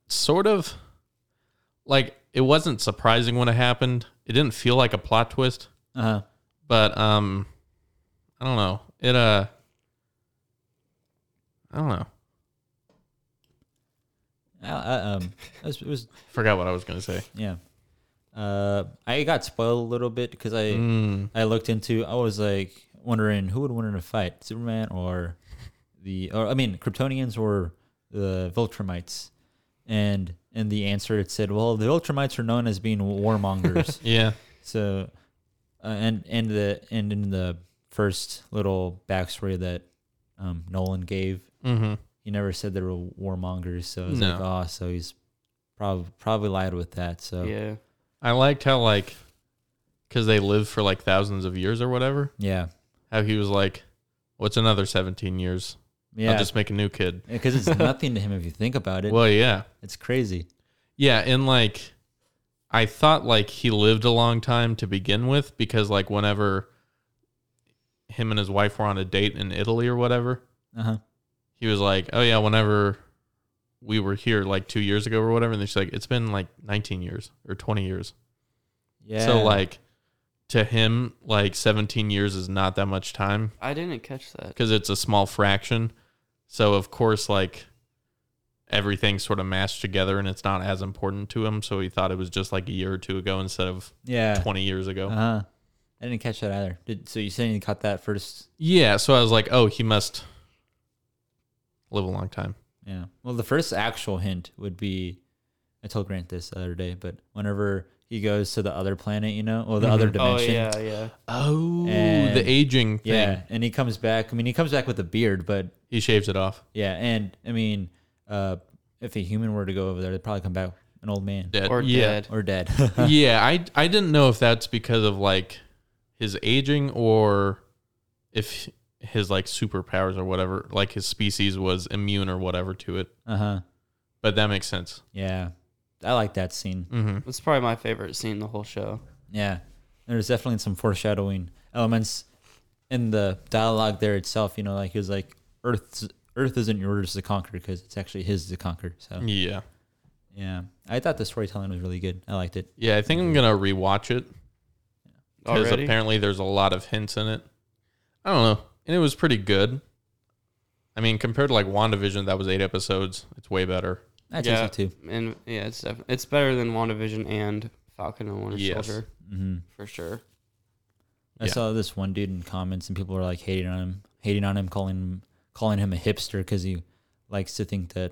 [SPEAKER 3] sort of. Like it wasn't surprising when it happened. It didn't feel like a plot twist.
[SPEAKER 1] Uh,
[SPEAKER 3] but um i don't know it uh i don't know
[SPEAKER 1] I, I, um, it was, it was
[SPEAKER 3] forgot what i was gonna say
[SPEAKER 1] yeah. Uh, I got spoiled a little bit because I
[SPEAKER 3] Mm,
[SPEAKER 1] I looked into. I was like wondering who would win in a fight, Superman or the or I mean Kryptonians or the Viltrumites, and in the answer it said, well, the Viltrumites are known as being warmongers.
[SPEAKER 3] yeah
[SPEAKER 1] So, uh, and and the and in the first little backstory that um, Nolan gave,
[SPEAKER 3] mm-hmm.
[SPEAKER 1] he never said there were warmongers. So it's
[SPEAKER 3] No.
[SPEAKER 1] like, oh, so he's probably probably lied with that. So yeah,
[SPEAKER 2] Yeah.
[SPEAKER 3] i liked how like because they lived for like thousands of years or whatever
[SPEAKER 1] yeah,
[SPEAKER 3] how he was like what's another 17 years i'll just make a new kid
[SPEAKER 1] because it's nothing to him if you think about it.
[SPEAKER 3] well yeah
[SPEAKER 1] it's crazy.
[SPEAKER 3] yeah and like i thought like he lived a long time to begin with because like whenever him and his wife were on a date in italy or whatever
[SPEAKER 1] Uh huh.
[SPEAKER 3] he was like, "Oh yeah, whenever we were here like two years ago or whatever," and she's like, "It's been like 19 years or 20 years."
[SPEAKER 1] Yeah.
[SPEAKER 3] So like, to him, like 17 years is not that much time
[SPEAKER 2] I didn't catch that.
[SPEAKER 3] because it's a small fraction. So of course, like everything's sort of mashed together, and it's not as important to him. So he thought it was just like a year or two ago instead of
[SPEAKER 1] Yeah.
[SPEAKER 3] 20 years ago.
[SPEAKER 1] Uh huh. I didn't catch that either. Did, so you said you caught that first?
[SPEAKER 3] Yeah. So I was like, oh, he must live a long time.
[SPEAKER 1] Yeah. Well, the first actual hint would be I told Grant this the other day, but whenever he goes to the other planet, you know, or the other
[SPEAKER 3] Mhm.
[SPEAKER 2] Oh
[SPEAKER 1] dimension.
[SPEAKER 2] yeah, yeah.
[SPEAKER 3] Oh,
[SPEAKER 1] And-
[SPEAKER 3] the aging thing.
[SPEAKER 1] Yeah, and he comes back. I mean, he comes back with a beard, but
[SPEAKER 3] He shaves it off.
[SPEAKER 1] yeah, and I mean, uh, if a human were to go over there, they'd probably come back an old man
[SPEAKER 3] Dead.
[SPEAKER 2] Or
[SPEAKER 3] yeah.
[SPEAKER 2] dead.
[SPEAKER 1] or dead.
[SPEAKER 3] yeah, I I didn't know if that's because of like his aging or if his like superpowers or whatever, like his species was immune or whatever to it.
[SPEAKER 1] uh huh.
[SPEAKER 3] But that makes sense.
[SPEAKER 1] Yeah, I like that scene.
[SPEAKER 3] Mm-hmm.
[SPEAKER 2] It's probably my favorite scene in the whole show.
[SPEAKER 1] Yeah, there's definitely some foreshadowing elements in the dialogue there itself. You know, like he was like, "Earth's Earth isn't yours to conquer because it's actually his to conquer." So
[SPEAKER 3] Yeah,
[SPEAKER 1] yeah, I thought the storytelling was really good. I liked it.
[SPEAKER 3] yeah. I think I'm gonna rewatch it because
[SPEAKER 2] Already?
[SPEAKER 3] apparently there's a lot of hints in it. I don't know, and it was pretty good. I mean, compared to like WandaVision, that was eight episodes. It's way better.
[SPEAKER 1] I
[SPEAKER 2] Yeah.
[SPEAKER 1] think so too.
[SPEAKER 2] And yeah, it's def- it's better than WandaVision and Falcon and Winter
[SPEAKER 3] Yes.
[SPEAKER 2] Soldier
[SPEAKER 1] Mm-hmm.
[SPEAKER 2] for sure.
[SPEAKER 1] I
[SPEAKER 3] Yeah.
[SPEAKER 1] saw this one dude in comments, and people were like hating on him, hating on him, calling him, calling him a hipster because he likes to think that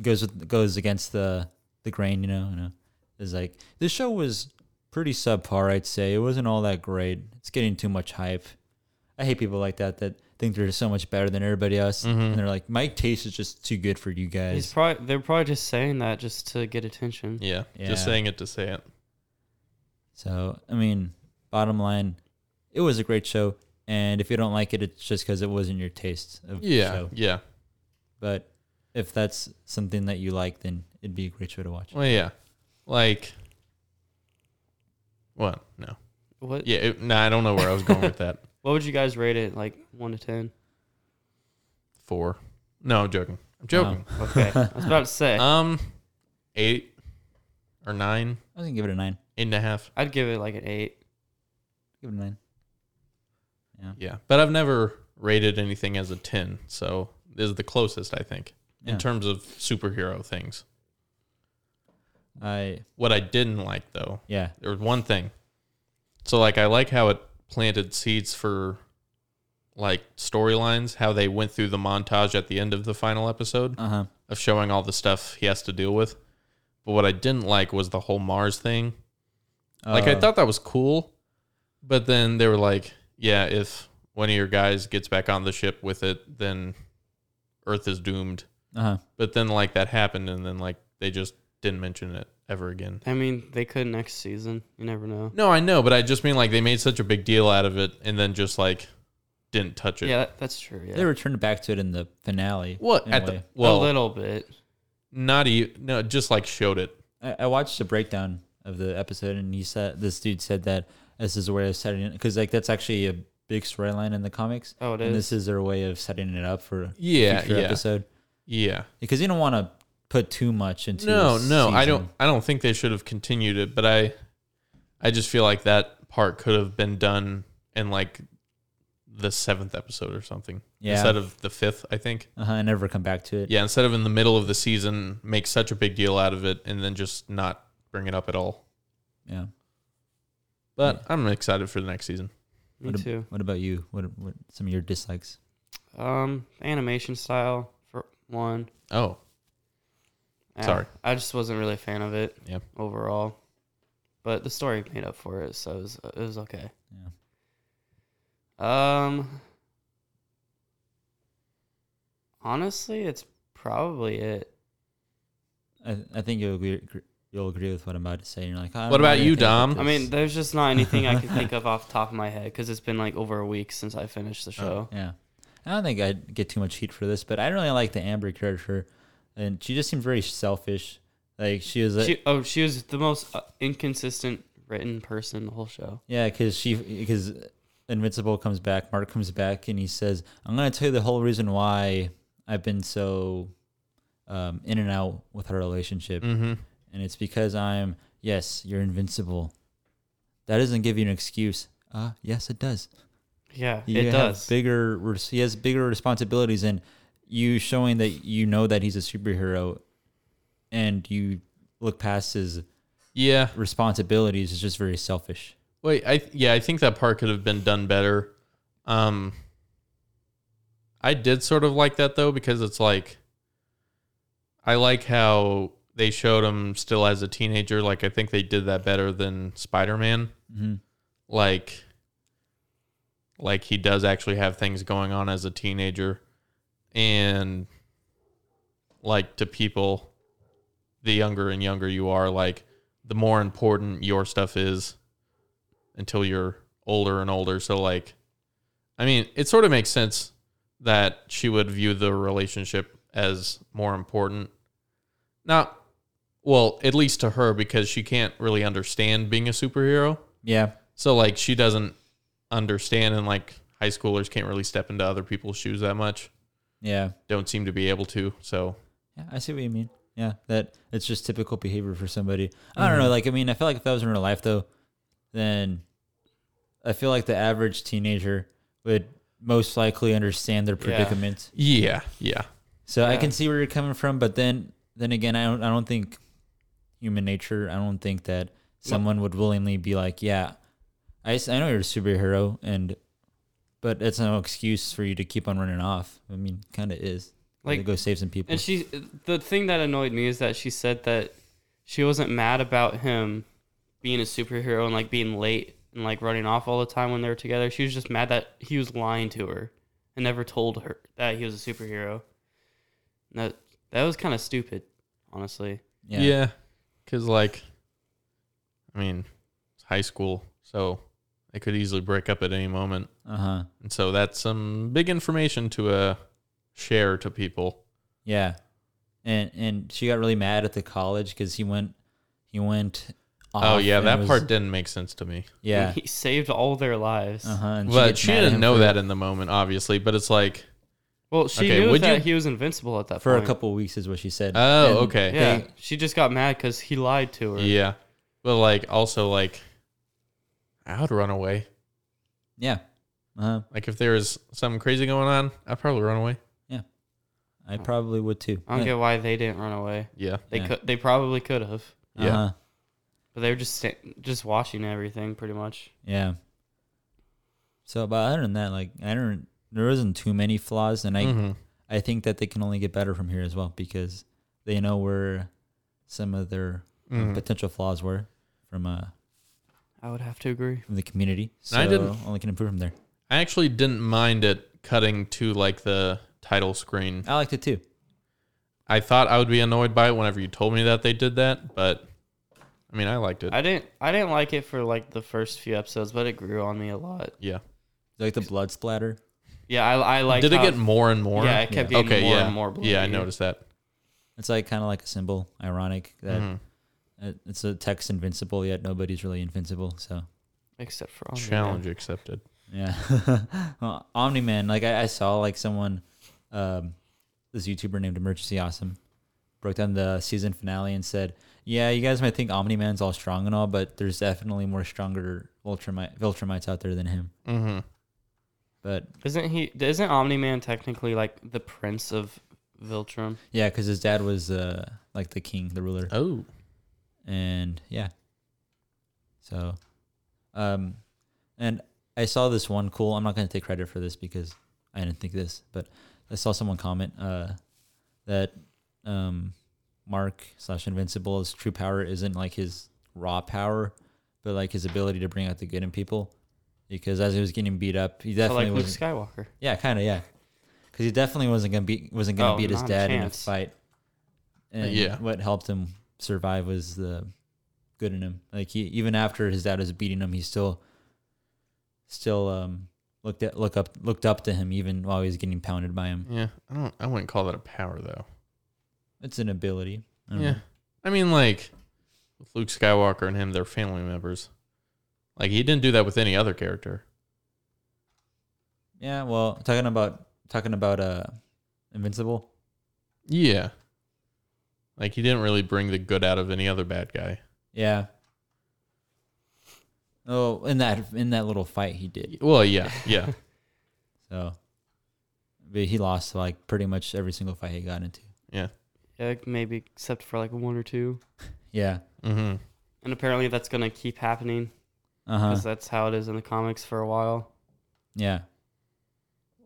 [SPEAKER 1] goes with, goes against the the grain, you know. You know, it's like this show was pretty subpar, I'd say. It wasn't all that great. It's getting too much hype. I hate people like that that think they're so much better than everybody else,
[SPEAKER 3] Mm-hmm.
[SPEAKER 1] and they're like, my taste is just too good for you
[SPEAKER 2] He's
[SPEAKER 1] guys.
[SPEAKER 2] probably they're probably just saying that just to get attention.
[SPEAKER 3] Yeah,
[SPEAKER 1] Yeah.
[SPEAKER 3] just saying it to say it.
[SPEAKER 1] So, I mean, bottom line, it was a great show. And if you don't like it, it's just because it wasn't your taste of
[SPEAKER 3] Yeah,
[SPEAKER 1] show.
[SPEAKER 3] yeah.
[SPEAKER 1] But if that's something that you like, then it'd be a great show to watch.
[SPEAKER 3] Well, yeah. Like, what? No.
[SPEAKER 2] What
[SPEAKER 3] Yeah. It, no, I don't know where I was going with that.
[SPEAKER 2] what would you guys rate it? Like one to ten?
[SPEAKER 3] Four. No, I'm joking. I'm joking.
[SPEAKER 2] Okay, I was about to say
[SPEAKER 3] Um, eight or nine,
[SPEAKER 1] I was gonna give it a nine.
[SPEAKER 3] eight and a half.
[SPEAKER 2] I'd give it like an eight.
[SPEAKER 1] Give it a nine.
[SPEAKER 3] Yeah, but I've never rated anything as a ten, so this is the closest I think
[SPEAKER 1] Yeah.
[SPEAKER 3] in terms of superhero things.
[SPEAKER 1] I
[SPEAKER 3] What I didn't like though,
[SPEAKER 1] yeah.
[SPEAKER 3] there was one thing. So like I like how it planted seeds for like storylines, how they went through the montage at the end of the final episode
[SPEAKER 1] Uh huh.
[SPEAKER 3] of showing all the stuff he has to deal with. But what I didn't like was the whole Mars thing. Like
[SPEAKER 1] Uh.
[SPEAKER 3] I thought that was cool, but then they were like, yeah, if one of your guys gets back on the ship with it, then Earth is doomed.
[SPEAKER 1] Uh huh.
[SPEAKER 3] But then like that happened and then like they just didn't mention it ever again.
[SPEAKER 2] I mean, they could next season. You never know.
[SPEAKER 3] No, I know, but I just mean like they made such a big deal out of it and then just like didn't touch it.
[SPEAKER 2] Yeah, that, that's true. Yeah,
[SPEAKER 1] They returned back to it in the finale.
[SPEAKER 3] What
[SPEAKER 1] in a
[SPEAKER 3] at the
[SPEAKER 1] way.
[SPEAKER 3] well,
[SPEAKER 2] a little bit.
[SPEAKER 3] not even no, just like showed it.
[SPEAKER 1] I, I watched the breakdown of the episode, and he said this dude said that this is a way of setting it because like that's actually a big storyline in the comics,
[SPEAKER 2] Oh, it
[SPEAKER 1] and
[SPEAKER 2] is.
[SPEAKER 1] this is their way of setting it up for a
[SPEAKER 3] Yeah,
[SPEAKER 1] future
[SPEAKER 3] yeah,
[SPEAKER 1] episode
[SPEAKER 3] yeah.
[SPEAKER 1] because you don't want to put too much into.
[SPEAKER 3] No, no,
[SPEAKER 1] a
[SPEAKER 3] I
[SPEAKER 1] season.
[SPEAKER 3] don't. I don't think they should have continued it, but I, I just feel like that part could have been done in like the seventh episode or something
[SPEAKER 1] Yeah.
[SPEAKER 3] instead of the fifth. I think.
[SPEAKER 1] Uh-huh, I never come back to it.
[SPEAKER 3] Yeah, instead of in the middle of the season, make such a big deal out of it and then just not bring it up at all.
[SPEAKER 1] Yeah.
[SPEAKER 3] But I'm excited for the next season.
[SPEAKER 2] Me
[SPEAKER 1] what, ab-
[SPEAKER 2] too.
[SPEAKER 1] what about you? What, what some of your dislikes?
[SPEAKER 2] Um, animation style for one.
[SPEAKER 3] Oh,
[SPEAKER 2] Ah,
[SPEAKER 3] Sorry.
[SPEAKER 2] I just wasn't really a fan of it.
[SPEAKER 3] Yeah.
[SPEAKER 2] Overall, but the story made up for it, so it was, it was okay.
[SPEAKER 1] Yeah.
[SPEAKER 2] Um. Honestly, it's probably it.
[SPEAKER 1] I, I think you'll agree, you'll agree with what I'm about to say. You're like, "Oh, I don't
[SPEAKER 3] What
[SPEAKER 1] know
[SPEAKER 3] about you,
[SPEAKER 1] anything about
[SPEAKER 3] Dom?
[SPEAKER 1] this.
[SPEAKER 2] I mean, there's just not anything I can think of off the top of my head because it's been like over a week since I finished the show.
[SPEAKER 1] yeah, I don't think I'd get too much heat for this, but I really like the Amber character, and she just seemed very selfish. Like she was, like,
[SPEAKER 2] She, oh, she was the most uh, inconsistent written person in the whole show.
[SPEAKER 1] yeah, because she because Invincible comes back, Mark comes back, and he says, "I'm gonna tell you the whole reason why I've been so um, in and out
[SPEAKER 2] Mm.
[SPEAKER 1] with our relationship."
[SPEAKER 3] Mm-hmm.
[SPEAKER 1] and it's because I'm yes, you're invincible. That doesn't give you an excuse. Uh, yes, it does.
[SPEAKER 2] Yeah,
[SPEAKER 1] You
[SPEAKER 2] it
[SPEAKER 1] have
[SPEAKER 2] does.
[SPEAKER 1] Bigger, res- he has bigger responsibilities, and you showing that you know that he's a superhero, and you look past his
[SPEAKER 3] Yeah.
[SPEAKER 1] responsibilities is just very selfish.
[SPEAKER 3] Wait, I yeah, I think that part could have been done better. Um I did sort of like that though because it's like I like how they showed him still as a teenager. Like I think they did that better than Spider-Man.
[SPEAKER 1] hmm
[SPEAKER 3] Like like he does actually have things going on as a teenager and like to people the younger and younger you are, like the more important your stuff is until you're older and older. So like I mean, it sort of makes sense that she would view the relationship as more important. Not well, at least to her because she can't really understand being a superhero.
[SPEAKER 1] Yeah,
[SPEAKER 3] So like she doesn't understand and like high schoolers can't really step into other people's shoes that much.
[SPEAKER 1] yeah,
[SPEAKER 3] Don't seem to be able to. So
[SPEAKER 1] yeah. I see what you mean. Yeah, that it's just typical behavior for somebody. I
[SPEAKER 2] Mm-hmm.
[SPEAKER 1] don't know. Like, I mean, I feel like if that was in real life, though, then I feel like the average teenager would most likely understand their predicament.
[SPEAKER 3] yeah, yeah.
[SPEAKER 1] So I
[SPEAKER 2] Yeah.
[SPEAKER 1] can see where you're coming from, but then then again, I don't I don't think human nature. I don't think that someone would willingly be like, yeah, I, s- I know you're a superhero, and but that's no excuse for you to keep on running off. I mean, kind of is. Like
[SPEAKER 2] Like-
[SPEAKER 1] go save some people.
[SPEAKER 2] And she, the thing that annoyed me is that she said that she wasn't mad about him being a superhero and like being late and like running off all the time when they were together. She was just mad that he was lying to her and never told her that he was a superhero. And that that was kind of stupid, honestly.
[SPEAKER 1] yeah.
[SPEAKER 3] Yeah. Cause like I mean, it's high school, so they could easily break up at any moment.
[SPEAKER 1] Uh huh.
[SPEAKER 3] And so that's some big information to uh share to people.
[SPEAKER 1] Yeah. And and she got really mad at the college because he went he went. Off
[SPEAKER 3] oh yeah,
[SPEAKER 1] and
[SPEAKER 3] that
[SPEAKER 1] was-
[SPEAKER 3] part didn't make sense to me.
[SPEAKER 1] Yeah.
[SPEAKER 2] And he saved all their lives.
[SPEAKER 1] Uh huh. And
[SPEAKER 3] but
[SPEAKER 1] gets
[SPEAKER 3] she
[SPEAKER 1] mad at
[SPEAKER 3] didn't
[SPEAKER 1] him
[SPEAKER 3] know
[SPEAKER 1] for-
[SPEAKER 3] that in the moment, obviously. But it's like,
[SPEAKER 2] Well, she
[SPEAKER 3] Okay,
[SPEAKER 2] knew
[SPEAKER 3] would
[SPEAKER 2] that
[SPEAKER 3] you-
[SPEAKER 2] he was invincible at that
[SPEAKER 1] for a
[SPEAKER 2] point.
[SPEAKER 1] couple weeks is what she said.
[SPEAKER 3] oh,
[SPEAKER 1] And-
[SPEAKER 3] okay,
[SPEAKER 2] Yeah,
[SPEAKER 1] They-
[SPEAKER 2] she just got mad because he lied to her.
[SPEAKER 3] yeah. But like, also like, I would run away.
[SPEAKER 1] Yeah. Uh huh.
[SPEAKER 3] Like if there was something crazy going on, I'd probably run away.
[SPEAKER 1] I probably would too.
[SPEAKER 2] I don't get why they didn't run away.
[SPEAKER 3] Yeah,
[SPEAKER 2] They
[SPEAKER 1] Yeah.
[SPEAKER 2] could. They probably could have.
[SPEAKER 3] yeah.
[SPEAKER 1] Uh-huh.
[SPEAKER 2] But they were just sta- just watching everything pretty much.
[SPEAKER 1] Yeah. So, but other than that, like I don't, there isn't too many flaws, and I,
[SPEAKER 3] Mhm.
[SPEAKER 1] I think that they can only get better from here as well because they know where some of their uh,
[SPEAKER 3] Mhm.
[SPEAKER 1] potential flaws were from uh
[SPEAKER 2] I would have to agree.
[SPEAKER 1] from the community. So
[SPEAKER 3] I didn't-
[SPEAKER 1] only can improve from there.
[SPEAKER 3] I actually didn't mind it cutting to like the title screen.
[SPEAKER 1] I liked it too.
[SPEAKER 3] I thought I would be annoyed by it whenever you told me that they did that, but I mean, I liked it.
[SPEAKER 2] I didn't I didn't like it for like the first few episodes, but it grew on me a lot.
[SPEAKER 3] yeah.
[SPEAKER 1] Like the blood splatter.
[SPEAKER 2] Yeah, I I like.
[SPEAKER 3] did it get more and more?
[SPEAKER 2] Yeah, it kept
[SPEAKER 1] Yeah.
[SPEAKER 2] getting
[SPEAKER 3] okay,
[SPEAKER 2] more
[SPEAKER 3] yeah.
[SPEAKER 2] and more. Bloody.
[SPEAKER 3] yeah, I noticed that.
[SPEAKER 1] It's like kind of like a symbol, ironic that
[SPEAKER 3] Mhm.
[SPEAKER 2] Oh,
[SPEAKER 1] it- it's a text invincible, yet nobody's really invincible. So
[SPEAKER 2] Except for Omni-Man.
[SPEAKER 3] Challenge accepted.
[SPEAKER 1] Yeah. well, Omni Man, like I, I saw like someone um this YouTuber named Emergency Awesome broke down the season finale and said, Yeah, you guys might think Omni Man's all strong and all, but there's definitely more stronger Ultramite Viltrumites out there than him.
[SPEAKER 3] Mm-hmm.
[SPEAKER 1] But
[SPEAKER 2] Isn't he? Isn't Omni Man technically like the prince of Viltrum?
[SPEAKER 1] yeah, because his dad was uh like the king, the ruler.
[SPEAKER 3] Oh,
[SPEAKER 1] and yeah so um and i saw this one cool i'm not going to take credit for this because i didn't think this but i saw someone comment uh that um mark slash invincible's true power isn't like his raw power but like his ability to bring out the good in people because as he was getting beat up he
[SPEAKER 2] So,
[SPEAKER 1] definitely
[SPEAKER 2] like Luke
[SPEAKER 1] wasn't
[SPEAKER 2] Skywalker.
[SPEAKER 1] yeah kind of yeah because he definitely wasn't gonna beat wasn't gonna
[SPEAKER 2] Oh,
[SPEAKER 1] beat his
[SPEAKER 2] not a
[SPEAKER 1] dad in a
[SPEAKER 2] chance.
[SPEAKER 1] fight and
[SPEAKER 3] Yeah.
[SPEAKER 1] what helped him survive was the good in him. Like he, even after his dad was beating him, he still, still um, looked at look up looked up to him even while he was getting pounded by him.
[SPEAKER 3] yeah. I don't. I wouldn't call that a power though.
[SPEAKER 1] It's an ability. I don't
[SPEAKER 3] Yeah.
[SPEAKER 1] know.
[SPEAKER 3] I mean, like with Luke Skywalker and him, they're family members. Like he didn't do that with any other character.
[SPEAKER 1] yeah. Well, talking about talking about uh, invincible.
[SPEAKER 3] Yeah. Like he didn't really bring the good out of any other bad guy.
[SPEAKER 1] Yeah. Oh, in that in that little fight he did.
[SPEAKER 3] Well, yeah, yeah.
[SPEAKER 1] So, but he lost like pretty much every single fight he got into.
[SPEAKER 2] Yeah, like, maybe except for like one or two.
[SPEAKER 1] Yeah.
[SPEAKER 3] mm-hmm.
[SPEAKER 2] And apparently that's gonna keep happening
[SPEAKER 1] Uh huh.
[SPEAKER 2] because that's how it is in the comics for a while.
[SPEAKER 1] Yeah.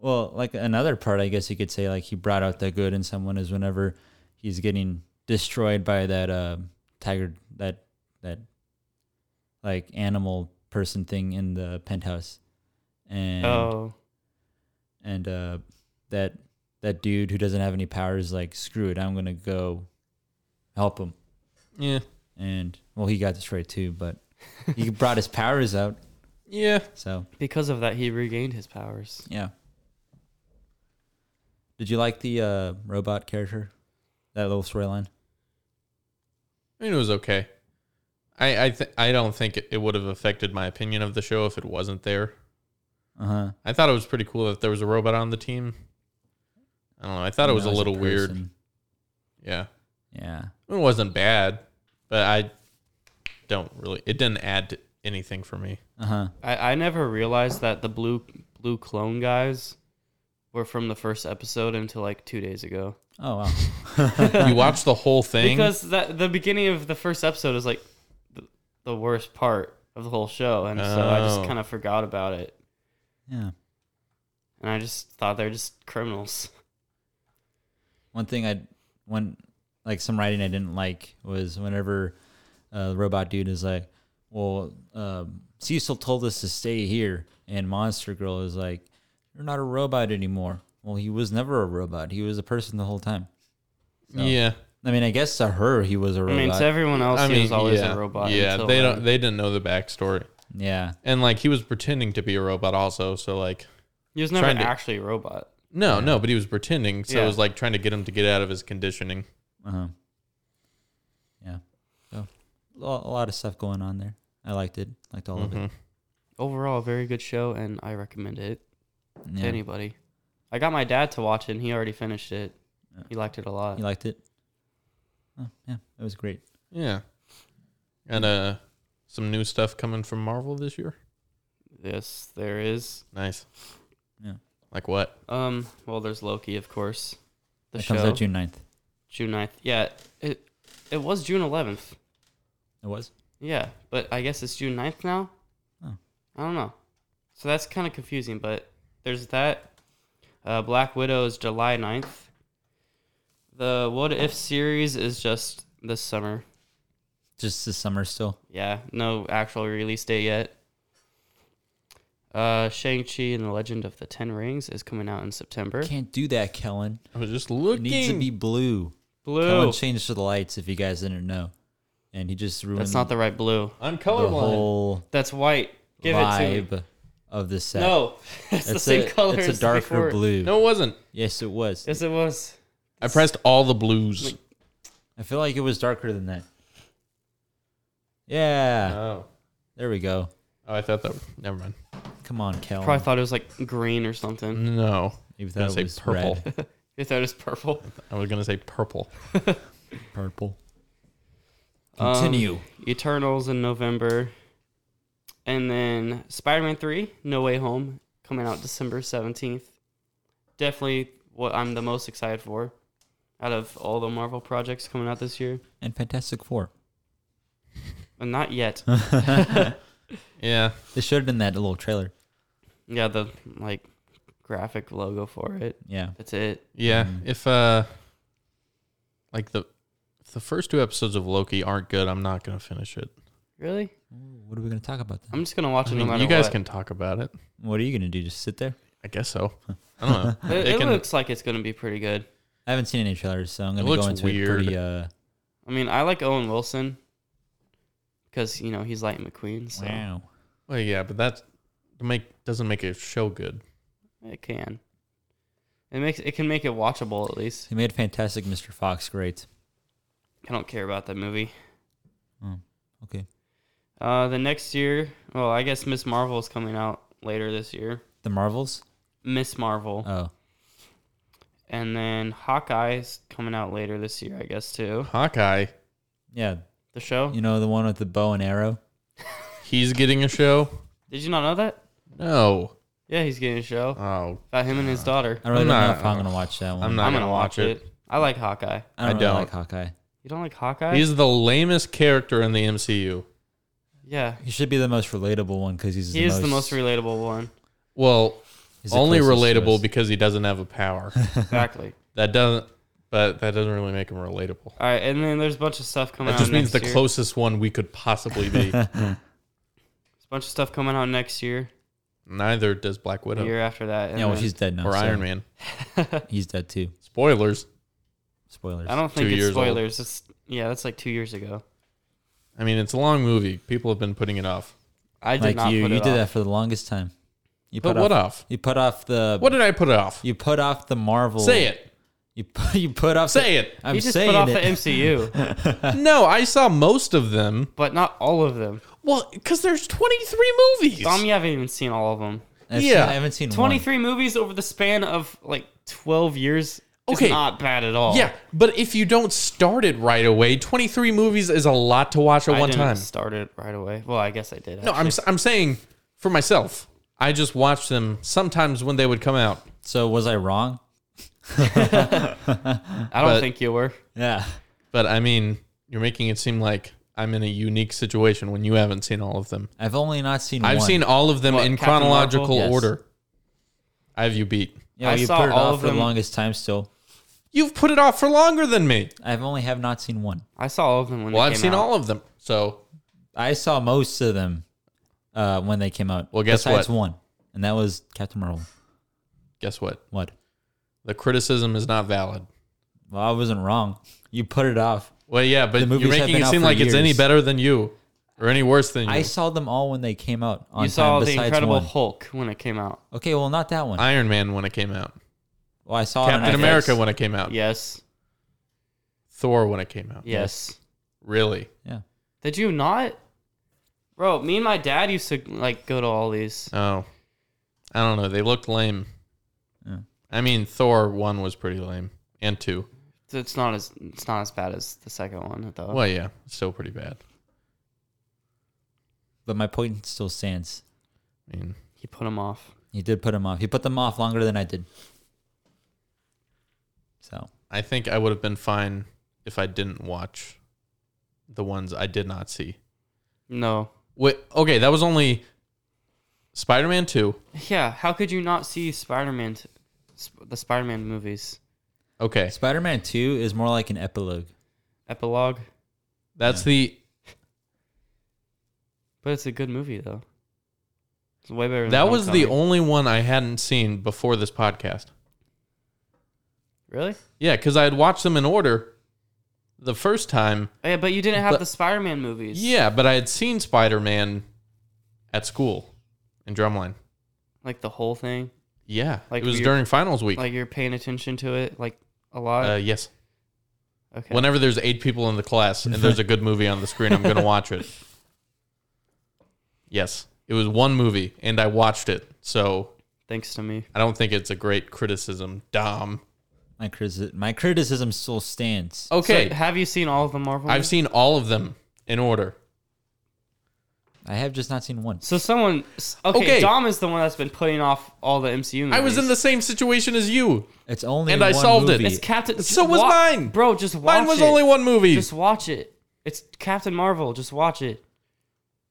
[SPEAKER 1] Well, like another part, I guess you could say, like he brought out the good in someone is whenever he's getting destroyed by that uh, tiger, that that like animal person thing in the penthouse, and
[SPEAKER 2] oh,
[SPEAKER 1] and uh, that that dude who doesn't have any powers, like screw it, I'm gonna go help him,
[SPEAKER 3] Yeah,
[SPEAKER 1] and well, he got destroyed too, but he brought his powers out,
[SPEAKER 3] yeah.
[SPEAKER 1] so
[SPEAKER 2] because of that he regained his powers.
[SPEAKER 1] Yeah. Did you like the uh, robot character? That little storyline?
[SPEAKER 3] I mean, it was okay. I I th- I don't think it, it would have affected my opinion of the show if it wasn't there.
[SPEAKER 1] Uh huh.
[SPEAKER 3] I thought it was pretty cool that there was a robot on the team. I don't know. I thought it was a little weird. Yeah,
[SPEAKER 1] Yeah.
[SPEAKER 3] it wasn't bad, but I don't really. It didn't add to anything for me.
[SPEAKER 1] Uh huh.
[SPEAKER 2] I, I never realized that the blue blue clone guys were from the first episode until like two days ago.
[SPEAKER 1] Oh wow.
[SPEAKER 3] you watched the whole thing.
[SPEAKER 2] Because that the beginning of the first episode is like the, the worst part of the whole show, and so I just
[SPEAKER 3] Oh.
[SPEAKER 2] kind of forgot about it,
[SPEAKER 1] yeah.
[SPEAKER 2] and I just thought they're just criminals.
[SPEAKER 1] One thing I one like some writing I didn't like was whenever uh, the robot dude is like, "Well, um, Cecil told us to stay here," and Monster Girl is like, "You're not a robot anymore." Well, he was never a robot. He was a person the whole time. So-
[SPEAKER 3] yeah,
[SPEAKER 1] I mean, I guess to her he was a
[SPEAKER 2] I
[SPEAKER 1] robot.
[SPEAKER 2] mean, to everyone else,
[SPEAKER 3] I
[SPEAKER 2] he
[SPEAKER 3] mean,
[SPEAKER 2] was always
[SPEAKER 3] yeah,
[SPEAKER 2] a robot.
[SPEAKER 3] Yeah,
[SPEAKER 2] until
[SPEAKER 3] they
[SPEAKER 2] then.
[SPEAKER 3] don't. They didn't know the backstory,
[SPEAKER 1] yeah.
[SPEAKER 3] and like he was pretending to be a robot also. So like,
[SPEAKER 2] he was never
[SPEAKER 3] trying to-
[SPEAKER 2] actually a robot.
[SPEAKER 3] no, no, but he was pretending. So it
[SPEAKER 2] Yeah.
[SPEAKER 3] was like trying to get him to get out of his conditioning.
[SPEAKER 1] Uh huh. Yeah. So a lo- a lot of stuff going on there. I liked it. Liked all of it.
[SPEAKER 3] Mhm.
[SPEAKER 2] Overall, a very good show, and I recommend it
[SPEAKER 1] Yeah.
[SPEAKER 2] to anybody. I got my dad to watch it, and he already finished it.
[SPEAKER 1] Yeah.
[SPEAKER 2] He liked it a lot.
[SPEAKER 1] You liked it? Oh, yeah, it was great.
[SPEAKER 3] Yeah, and uh, some new stuff coming from Marvel this year.
[SPEAKER 2] Yes, there is.
[SPEAKER 3] Nice.
[SPEAKER 1] Yeah.
[SPEAKER 3] Like what?
[SPEAKER 2] Um, well, there's Loki, of course. The
[SPEAKER 1] it
[SPEAKER 2] show
[SPEAKER 1] comes out June 9th.
[SPEAKER 2] June 9th. Yeah, it it was June 11th.
[SPEAKER 1] It was?
[SPEAKER 2] Yeah, but I guess it's June 9th now.
[SPEAKER 1] Oh.
[SPEAKER 2] I don't know. So that's kind of confusing, but there's that. Uh, Black Widow is July 9th. The What If series is just this summer.
[SPEAKER 1] Just this summer still.
[SPEAKER 2] Yeah, no actual release date yet. Uh, Shang-Chi and the Legend of the Ten Rings is coming out in September.
[SPEAKER 1] Can't do that, Kellen.
[SPEAKER 3] I was just
[SPEAKER 1] It
[SPEAKER 3] looking.
[SPEAKER 1] needs to be blue.
[SPEAKER 2] Blue.
[SPEAKER 1] Kellen changed to the lights if you guys didn't know. And he just ruined
[SPEAKER 2] That's not the right blue.
[SPEAKER 3] I'm
[SPEAKER 1] the
[SPEAKER 3] colorblind.
[SPEAKER 1] whole
[SPEAKER 2] That's white. Give it to me.
[SPEAKER 1] vibe of the set.
[SPEAKER 2] No, it's, the same
[SPEAKER 1] a,
[SPEAKER 2] color.
[SPEAKER 1] It's
[SPEAKER 2] as
[SPEAKER 1] a
[SPEAKER 2] the
[SPEAKER 1] darker
[SPEAKER 2] before.
[SPEAKER 1] blue.
[SPEAKER 3] no, it wasn't.
[SPEAKER 1] Yes, it was.
[SPEAKER 2] Yes, it was.
[SPEAKER 3] I pressed all the blues.
[SPEAKER 1] I feel like it was darker than that. Yeah.
[SPEAKER 3] Oh.
[SPEAKER 1] There we go.
[SPEAKER 3] Oh, I thought that. Never mind.
[SPEAKER 1] Come on, Kel.
[SPEAKER 2] Probably thought it was like green or something.
[SPEAKER 1] Mm.
[SPEAKER 3] No,
[SPEAKER 1] Maybe
[SPEAKER 3] I was
[SPEAKER 1] that
[SPEAKER 3] gonna
[SPEAKER 1] was
[SPEAKER 3] say purple.
[SPEAKER 1] red,
[SPEAKER 2] They thought it was purple.
[SPEAKER 3] I was gonna say purple.
[SPEAKER 1] purple.
[SPEAKER 2] Um,
[SPEAKER 1] Continue.
[SPEAKER 2] Eternals in November, and then Spider-Man Three: No Way Home coming out December seventeenth. Definitely what I'm the most excited for out of all the Marvel projects coming out this year,
[SPEAKER 1] and Fantastic Four.
[SPEAKER 2] and not yet.
[SPEAKER 3] Yeah.
[SPEAKER 1] They showed it in that little trailer.
[SPEAKER 2] yeah, the like graphic logo for it.
[SPEAKER 1] Yeah.
[SPEAKER 2] That's it.
[SPEAKER 3] Yeah,
[SPEAKER 1] Mm.
[SPEAKER 3] if uh, like the if the first two episodes of Loki aren't good, I'm not gonna finish it.
[SPEAKER 2] Really?
[SPEAKER 1] Ooh, What are we going to talk about then?
[SPEAKER 2] I'm just gonna watch
[SPEAKER 3] I
[SPEAKER 2] it
[SPEAKER 3] mean,
[SPEAKER 2] no matter
[SPEAKER 3] you guys
[SPEAKER 2] what.
[SPEAKER 3] can talk about it.
[SPEAKER 1] What are you going to do? Just sit there?
[SPEAKER 3] I guess so. I don't know.
[SPEAKER 2] It,
[SPEAKER 3] They
[SPEAKER 2] it
[SPEAKER 3] can-
[SPEAKER 2] looks like it's gonna be pretty good.
[SPEAKER 1] I haven't seen any trailers, so I'm
[SPEAKER 3] It
[SPEAKER 1] going to go
[SPEAKER 3] looks
[SPEAKER 1] into
[SPEAKER 3] weird.
[SPEAKER 1] it pretty. Uh,
[SPEAKER 2] I mean, I like Owen Wilson because you know he's Lightning McQueen, so
[SPEAKER 1] Wow.
[SPEAKER 3] well, yeah, but that make doesn't make a show good.
[SPEAKER 2] it can. It makes it can make it watchable at least.
[SPEAKER 1] They made Fantastic Mr. Fox great.
[SPEAKER 2] I don't care about that movie.
[SPEAKER 3] Mm,
[SPEAKER 1] Okay.
[SPEAKER 2] Uh, the next year, well, I guess Miss Marvel is coming out later this year.
[SPEAKER 1] The Marvels?
[SPEAKER 2] Miss Marvel,
[SPEAKER 1] Oh.
[SPEAKER 2] and then Hawkeye's coming out later this year, I guess too.
[SPEAKER 3] Hawkeye.
[SPEAKER 1] Yeah.
[SPEAKER 2] The show.
[SPEAKER 1] You know, the one with the bow and arrow?
[SPEAKER 3] He's getting a show.
[SPEAKER 2] Did you not know that?
[SPEAKER 3] No.
[SPEAKER 2] Yeah, he's getting a show
[SPEAKER 3] Oh,
[SPEAKER 2] about him and his daughter.
[SPEAKER 1] I really
[SPEAKER 3] I'm
[SPEAKER 1] don't
[SPEAKER 3] not-
[SPEAKER 1] know if I'm gonna watch that one.
[SPEAKER 3] I'm not
[SPEAKER 2] I'm
[SPEAKER 3] gonna watch it.
[SPEAKER 2] I like Hawkeye.
[SPEAKER 1] I don't,
[SPEAKER 3] I
[SPEAKER 1] really
[SPEAKER 3] don't.
[SPEAKER 1] like Hawkeye.
[SPEAKER 2] You don't like Hawkeye?
[SPEAKER 3] he's the lamest character in the MCU.
[SPEAKER 2] yeah.
[SPEAKER 1] He should be the most relatable one because he's
[SPEAKER 2] He
[SPEAKER 1] the
[SPEAKER 2] is
[SPEAKER 1] most,
[SPEAKER 2] the most relatable one.
[SPEAKER 3] Well,
[SPEAKER 1] he's the
[SPEAKER 3] only
[SPEAKER 1] closest to
[SPEAKER 3] relatable
[SPEAKER 1] us.
[SPEAKER 3] because he doesn't have a power.
[SPEAKER 2] Exactly.
[SPEAKER 3] that doesn't, but that doesn't really make him relatable.
[SPEAKER 2] All right, and then there's a bunch of stuff coming out
[SPEAKER 3] That just means
[SPEAKER 2] next
[SPEAKER 3] the
[SPEAKER 2] year.
[SPEAKER 3] closest one we could possibly be.
[SPEAKER 2] There's a bunch of stuff coming out next year,
[SPEAKER 3] Neither does Black
[SPEAKER 2] the
[SPEAKER 3] Widow
[SPEAKER 2] year after that. and
[SPEAKER 1] yeah, well,
[SPEAKER 2] then-
[SPEAKER 1] she's dead now.
[SPEAKER 3] or
[SPEAKER 1] so
[SPEAKER 3] Iron Man.
[SPEAKER 1] He's dead too.
[SPEAKER 3] Spoilers.
[SPEAKER 1] Spoilers.
[SPEAKER 2] I don't think
[SPEAKER 3] two
[SPEAKER 2] it's
[SPEAKER 3] years old.
[SPEAKER 2] spoilers. It's yeah, that's like two years ago.
[SPEAKER 3] I mean, it's a long movie. People have been putting it off.
[SPEAKER 2] I did
[SPEAKER 1] like
[SPEAKER 2] not
[SPEAKER 1] you.
[SPEAKER 2] put
[SPEAKER 1] you
[SPEAKER 2] it
[SPEAKER 1] did
[SPEAKER 2] off.
[SPEAKER 1] that for the longest time. You
[SPEAKER 3] Put
[SPEAKER 1] put
[SPEAKER 3] what
[SPEAKER 1] off,
[SPEAKER 3] off?
[SPEAKER 1] You put off the.
[SPEAKER 3] What did I put off?
[SPEAKER 1] You put off the Marvel.
[SPEAKER 3] Say it.
[SPEAKER 1] You put, you put off.
[SPEAKER 3] Say it.
[SPEAKER 1] The, I'm
[SPEAKER 2] you just
[SPEAKER 1] saying
[SPEAKER 2] put off
[SPEAKER 1] it.
[SPEAKER 2] the MCU,
[SPEAKER 3] No, I saw most of them.
[SPEAKER 2] but not all of them.
[SPEAKER 3] Well, because there's 23 movies.
[SPEAKER 2] Dom, you haven't even seen all of them.
[SPEAKER 1] I've seen-
[SPEAKER 3] Yeah.
[SPEAKER 1] I haven't seen one.
[SPEAKER 2] 23 movies over the span of like 12 years is
[SPEAKER 3] Okay.
[SPEAKER 2] not bad at all.
[SPEAKER 3] Yeah, but if you don't start it right away, 23 movies is a lot to watch at
[SPEAKER 2] I
[SPEAKER 3] one
[SPEAKER 2] didn't
[SPEAKER 3] time.
[SPEAKER 2] start it right away. Well, I guess I did.
[SPEAKER 3] No, I'm,
[SPEAKER 2] actually.
[SPEAKER 3] s- I'm saying for myself, I just watched them sometimes when they would come out.
[SPEAKER 1] So was I wrong?
[SPEAKER 2] I don't
[SPEAKER 3] but-
[SPEAKER 2] think you were.
[SPEAKER 1] Yeah.
[SPEAKER 3] But I mean, you're making it seem like I'm in a unique situation when you haven't seen all of them.
[SPEAKER 1] I've only not seen.
[SPEAKER 3] I've
[SPEAKER 1] one.
[SPEAKER 3] seen all of them
[SPEAKER 2] What,
[SPEAKER 3] in
[SPEAKER 2] Captain Marvel?
[SPEAKER 3] chronological
[SPEAKER 1] Yes.
[SPEAKER 3] order. I have you beat.
[SPEAKER 1] Yeah,
[SPEAKER 2] I
[SPEAKER 1] you
[SPEAKER 2] saw
[SPEAKER 1] put it
[SPEAKER 2] all
[SPEAKER 1] off
[SPEAKER 2] of
[SPEAKER 1] for
[SPEAKER 2] them.
[SPEAKER 1] the longest time. Still,
[SPEAKER 3] You've put it off for longer than me.
[SPEAKER 1] I've only have not seen one.
[SPEAKER 2] I saw all of them when
[SPEAKER 3] Well,
[SPEAKER 2] they
[SPEAKER 3] I've
[SPEAKER 2] came
[SPEAKER 3] seen
[SPEAKER 2] out.
[SPEAKER 3] all of them. So,
[SPEAKER 1] I saw most of them uh, when they came out.
[SPEAKER 3] Well, guess
[SPEAKER 1] besides
[SPEAKER 3] what?
[SPEAKER 1] one, and that was Captain Marvel.
[SPEAKER 3] guess what?
[SPEAKER 1] What?
[SPEAKER 3] The criticism is not valid.
[SPEAKER 1] Well, I wasn't wrong. You put it off.
[SPEAKER 3] Well, yeah, but
[SPEAKER 1] movies
[SPEAKER 3] you're
[SPEAKER 1] have
[SPEAKER 3] making
[SPEAKER 1] been
[SPEAKER 3] it
[SPEAKER 1] out
[SPEAKER 3] seem
[SPEAKER 1] for
[SPEAKER 3] like it's any
[SPEAKER 1] years.
[SPEAKER 3] better than you or any worse than you.
[SPEAKER 1] I saw them all when they came out. On
[SPEAKER 2] You saw
[SPEAKER 1] time,
[SPEAKER 2] the
[SPEAKER 1] besides
[SPEAKER 2] Incredible
[SPEAKER 1] one.
[SPEAKER 2] Hulk when it came out.
[SPEAKER 1] Okay, well, not that one.
[SPEAKER 3] Iron Man when it came out.
[SPEAKER 1] well, I saw it on
[SPEAKER 3] Captain
[SPEAKER 1] FX.
[SPEAKER 3] America when it came out.
[SPEAKER 2] Yes.
[SPEAKER 3] Thor when it came out.
[SPEAKER 2] Yes.
[SPEAKER 3] Really?
[SPEAKER 1] Yeah.
[SPEAKER 2] Did you not? Bro, me and my dad used to like go to all these.
[SPEAKER 3] Oh. I don't know. They looked lame.
[SPEAKER 1] Yeah.
[SPEAKER 3] I mean, Thor 1 was pretty lame. And 2.
[SPEAKER 2] It's not as it's not as bad as the second one though.
[SPEAKER 3] Well, yeah. Still pretty bad.
[SPEAKER 1] But my point still stands.
[SPEAKER 3] I mean,
[SPEAKER 2] He put him off.
[SPEAKER 1] He did put them off. He put them off longer than I did. So
[SPEAKER 3] I think I would have been fine if I didn't watch the ones I did not see.
[SPEAKER 2] No.
[SPEAKER 3] Wait, okay, that was only Spider Man 2.
[SPEAKER 2] Yeah. How could you not see Spider-Man, t- sp- the Spider-Man movies
[SPEAKER 3] Okay.
[SPEAKER 1] Spider-Man Two is more like an epilogue.
[SPEAKER 2] epilogue?
[SPEAKER 3] That's
[SPEAKER 1] Yeah.
[SPEAKER 3] the
[SPEAKER 2] But it's a good movie though. It's way better. Than
[SPEAKER 3] that was the
[SPEAKER 2] Homecoming.
[SPEAKER 3] only one I hadn't seen before this podcast.
[SPEAKER 2] really.
[SPEAKER 3] Yeah, because I had watched them in order the first time.
[SPEAKER 2] Oh, yeah, but you didn't have
[SPEAKER 3] But-
[SPEAKER 2] the Spider-Man movies.
[SPEAKER 3] Yeah, but I had seen Spider Man at school in Drumline.
[SPEAKER 2] Like the whole thing.
[SPEAKER 3] Yeah,
[SPEAKER 2] Like
[SPEAKER 3] it was
[SPEAKER 2] we-
[SPEAKER 3] during finals week.
[SPEAKER 2] Like you're paying attention to it like a lot.
[SPEAKER 3] uh, yes,
[SPEAKER 2] okay.
[SPEAKER 3] whenever there's eight people in the class and there's a good movie on the screen, I'm gonna watch it. Yes, it was one movie, and I watched it. So
[SPEAKER 2] Thanks to me.
[SPEAKER 3] I don't think it's a great criticism, Dom.
[SPEAKER 1] My criti- my criticism still stands.
[SPEAKER 3] Okay,
[SPEAKER 2] So, have you seen all of the Marvel?
[SPEAKER 3] I've
[SPEAKER 2] movies?
[SPEAKER 3] seen all of them in order.
[SPEAKER 1] I have just not seen one.
[SPEAKER 2] So someone, s- okay,
[SPEAKER 3] Okay.
[SPEAKER 2] Dom is the one that's been putting off all the MCU. Movies.
[SPEAKER 3] I was in the same situation as you.
[SPEAKER 1] It's only
[SPEAKER 3] And I
[SPEAKER 1] one
[SPEAKER 3] solved it.
[SPEAKER 1] movie.
[SPEAKER 2] It's Captain.
[SPEAKER 3] So was
[SPEAKER 2] wa-
[SPEAKER 3] mine.
[SPEAKER 2] bro. Just watch
[SPEAKER 3] Mine was
[SPEAKER 2] it.
[SPEAKER 3] only one movie.
[SPEAKER 2] Just watch it. It's Captain Marvel. Just watch it.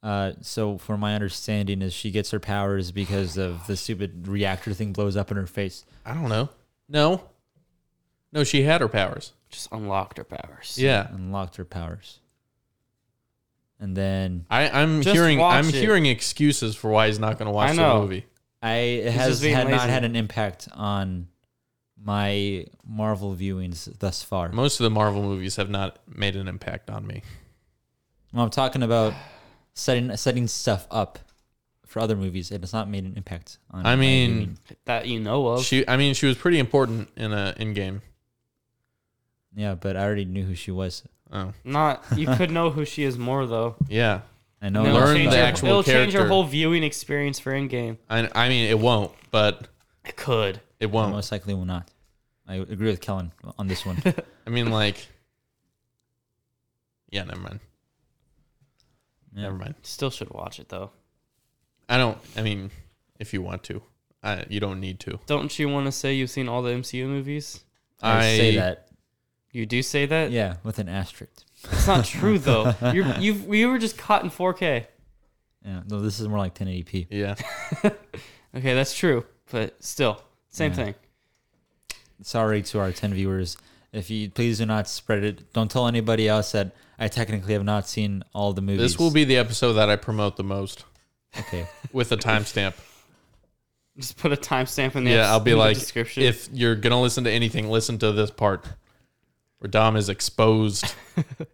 [SPEAKER 1] Uh, so, for my understanding, is she gets her powers because of the stupid reactor thing blows up in her face.
[SPEAKER 3] I don't know. No. No, she had her powers.
[SPEAKER 2] Just unlocked her powers.
[SPEAKER 3] Yeah.
[SPEAKER 1] Unlocked her powers, and then
[SPEAKER 3] I, I'm
[SPEAKER 2] Just
[SPEAKER 3] hearing
[SPEAKER 2] watch
[SPEAKER 3] I'm
[SPEAKER 2] it.
[SPEAKER 3] hearing excuses for why he's not gonna
[SPEAKER 2] I
[SPEAKER 3] watch the
[SPEAKER 2] know.
[SPEAKER 3] movie.
[SPEAKER 1] I it has
[SPEAKER 2] just being
[SPEAKER 1] had not
[SPEAKER 2] lazy.
[SPEAKER 1] had an impact on my Marvel viewings thus far.
[SPEAKER 3] Most of the Marvel movies have not made an impact on me.
[SPEAKER 1] Well, I'm talking about setting setting stuff up for other movies, and it's not made an impact on.
[SPEAKER 3] I
[SPEAKER 1] my
[SPEAKER 3] mean,
[SPEAKER 1] viewing.
[SPEAKER 2] That you know of.
[SPEAKER 3] She I mean she was pretty important in a in game.
[SPEAKER 1] yeah, but I already knew who she was.
[SPEAKER 3] Oh.
[SPEAKER 2] Not you could know who she is more though.
[SPEAKER 3] Yeah.
[SPEAKER 1] I know.
[SPEAKER 2] And it'll
[SPEAKER 1] enough
[SPEAKER 3] learn
[SPEAKER 2] change
[SPEAKER 1] about
[SPEAKER 3] the
[SPEAKER 2] your-
[SPEAKER 1] her.
[SPEAKER 3] actual
[SPEAKER 2] It'll change your
[SPEAKER 3] character.
[SPEAKER 2] whole viewing experience for Endgame.
[SPEAKER 3] I I mean it won't, but
[SPEAKER 2] It could.
[SPEAKER 3] it won't.
[SPEAKER 1] Most likely will not. I agree with Kellen on this one.
[SPEAKER 3] I mean like Yeah, never mind.
[SPEAKER 1] Yeah.
[SPEAKER 3] Never mind.
[SPEAKER 2] Still should watch it though.
[SPEAKER 3] I don't. I mean, if you want to, I, you don't need to.
[SPEAKER 2] Don't you want to say you've seen all the MCU movies?
[SPEAKER 1] I, say that.
[SPEAKER 2] You do say that.
[SPEAKER 1] Yeah, with an asterisk.
[SPEAKER 2] It's not true though. You're, you've you were just caught in 4K.
[SPEAKER 1] Yeah, no, this is more like 1080p.
[SPEAKER 3] Yeah.
[SPEAKER 2] Okay, that's true, but still, same
[SPEAKER 1] Yeah.
[SPEAKER 2] thing.
[SPEAKER 1] Sorry to our 10 viewers. If you please do not spread it, don't tell anybody else that I technically have not seen all the movies.
[SPEAKER 3] This will be the episode that I promote the most
[SPEAKER 1] okay.
[SPEAKER 3] with a timestamp.
[SPEAKER 2] Just put a timestamp in the
[SPEAKER 3] yeah, I'll be
[SPEAKER 2] in the
[SPEAKER 3] like,
[SPEAKER 2] description.
[SPEAKER 3] if you're gonna listen to anything, listen to this part where Dom is exposed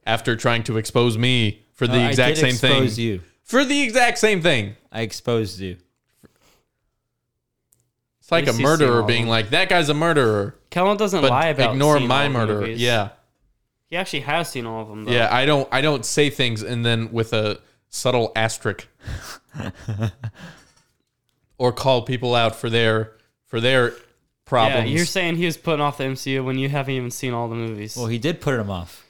[SPEAKER 3] after trying to expose me for the
[SPEAKER 1] Uh,
[SPEAKER 3] exact
[SPEAKER 1] I
[SPEAKER 3] same
[SPEAKER 1] did
[SPEAKER 3] thing.
[SPEAKER 1] expose you.
[SPEAKER 3] For the exact same thing.
[SPEAKER 1] I exposed you.
[SPEAKER 3] It's like a
[SPEAKER 2] least he's seen all
[SPEAKER 3] murderer
[SPEAKER 2] of
[SPEAKER 3] being
[SPEAKER 2] them.
[SPEAKER 3] like, that guy's a murderer,
[SPEAKER 2] Kellen doesn't
[SPEAKER 3] but
[SPEAKER 2] lie about
[SPEAKER 3] ignore
[SPEAKER 2] seeing
[SPEAKER 3] my
[SPEAKER 2] all the
[SPEAKER 3] murderer.
[SPEAKER 2] movies.
[SPEAKER 3] Yeah,
[SPEAKER 2] he actually has seen all of them. Though.
[SPEAKER 3] yeah. I don't, I don't say things and then with a subtle asterisk or call people out for their for their
[SPEAKER 2] yeah.
[SPEAKER 3] problems.
[SPEAKER 2] You're saying he was putting off the MCU when you haven't even seen all the movies.
[SPEAKER 1] Well, he did put him off.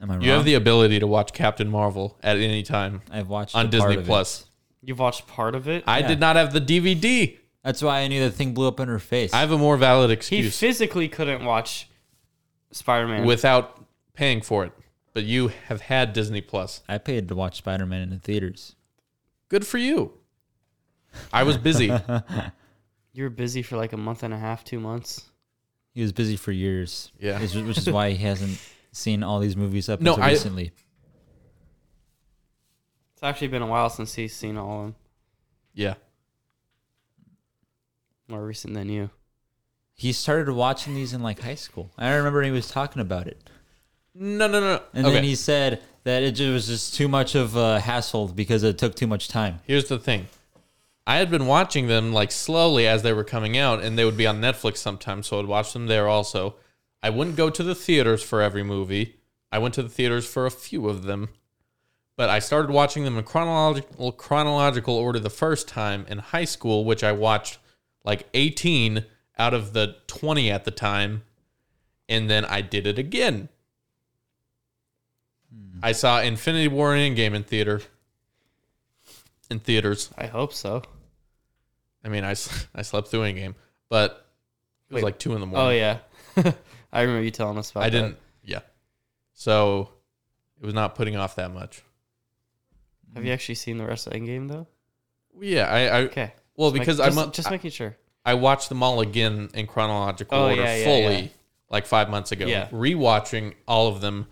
[SPEAKER 1] Am I wrong?
[SPEAKER 3] You have the ability to watch Captain Marvel at any time
[SPEAKER 1] I've watched
[SPEAKER 3] on
[SPEAKER 1] a part
[SPEAKER 3] Disney
[SPEAKER 1] of it.
[SPEAKER 3] Plus.
[SPEAKER 2] You've watched part of it.
[SPEAKER 3] I
[SPEAKER 1] Yeah.
[SPEAKER 3] did not have the DVD.
[SPEAKER 1] That's why I knew the thing blew up in her face.
[SPEAKER 3] I have a more valid
[SPEAKER 2] he
[SPEAKER 3] excuse
[SPEAKER 2] physically couldn't watch Spider-Man.
[SPEAKER 3] without paying for it. But you have had Disney Plus.
[SPEAKER 1] I paid to watch Spider Man in the theaters.
[SPEAKER 3] Good for you. I was busy.
[SPEAKER 2] you were busy for like a month and a half, two months.
[SPEAKER 1] He was busy for years.
[SPEAKER 3] Yeah.
[SPEAKER 1] Which, which is why he hasn't seen all these movies up
[SPEAKER 3] No,
[SPEAKER 1] until
[SPEAKER 3] I-
[SPEAKER 1] recently.
[SPEAKER 2] It's actually been a while since he's seen all of them.
[SPEAKER 3] yeah.
[SPEAKER 2] More recent than you.
[SPEAKER 1] He started watching these in like high school. I remember he was talking about it.
[SPEAKER 3] No, no, no.
[SPEAKER 1] And
[SPEAKER 3] okay.
[SPEAKER 1] then he said that it ju- was just too much of a hassle because it took too much time.
[SPEAKER 3] Here's the thing. I had been watching them like slowly as they were coming out, and they would be on Netflix sometimes, so I'd watch them there also. I wouldn't go to the theaters for every movie. I went to the theaters for a few of them, but I started watching them in chronological chronological order the first time in high school, which I watched like 18 out of the 20 at the time, and then I did it again. I saw Infinity War and Endgame in theater. In theaters.
[SPEAKER 2] I hope so.
[SPEAKER 3] I mean, I, s- I slept through Endgame, but it was
[SPEAKER 2] Wait.
[SPEAKER 3] like two in the morning.
[SPEAKER 2] Oh yeah, I remember you telling us about.
[SPEAKER 3] I
[SPEAKER 2] that.
[SPEAKER 3] didn't. Yeah, so it was not putting off that much.
[SPEAKER 2] Have you actually seen the rest of Endgame though?
[SPEAKER 3] Yeah, I, I
[SPEAKER 2] Okay.
[SPEAKER 3] well
[SPEAKER 2] Just make-
[SPEAKER 3] because
[SPEAKER 2] just,
[SPEAKER 3] I'm
[SPEAKER 2] just making sure.
[SPEAKER 3] I watched them all again in chronological
[SPEAKER 2] Oh,
[SPEAKER 3] order
[SPEAKER 2] yeah, yeah,
[SPEAKER 3] fully
[SPEAKER 2] yeah.
[SPEAKER 3] like five months ago.
[SPEAKER 2] Yeah.
[SPEAKER 3] rewatching all of them,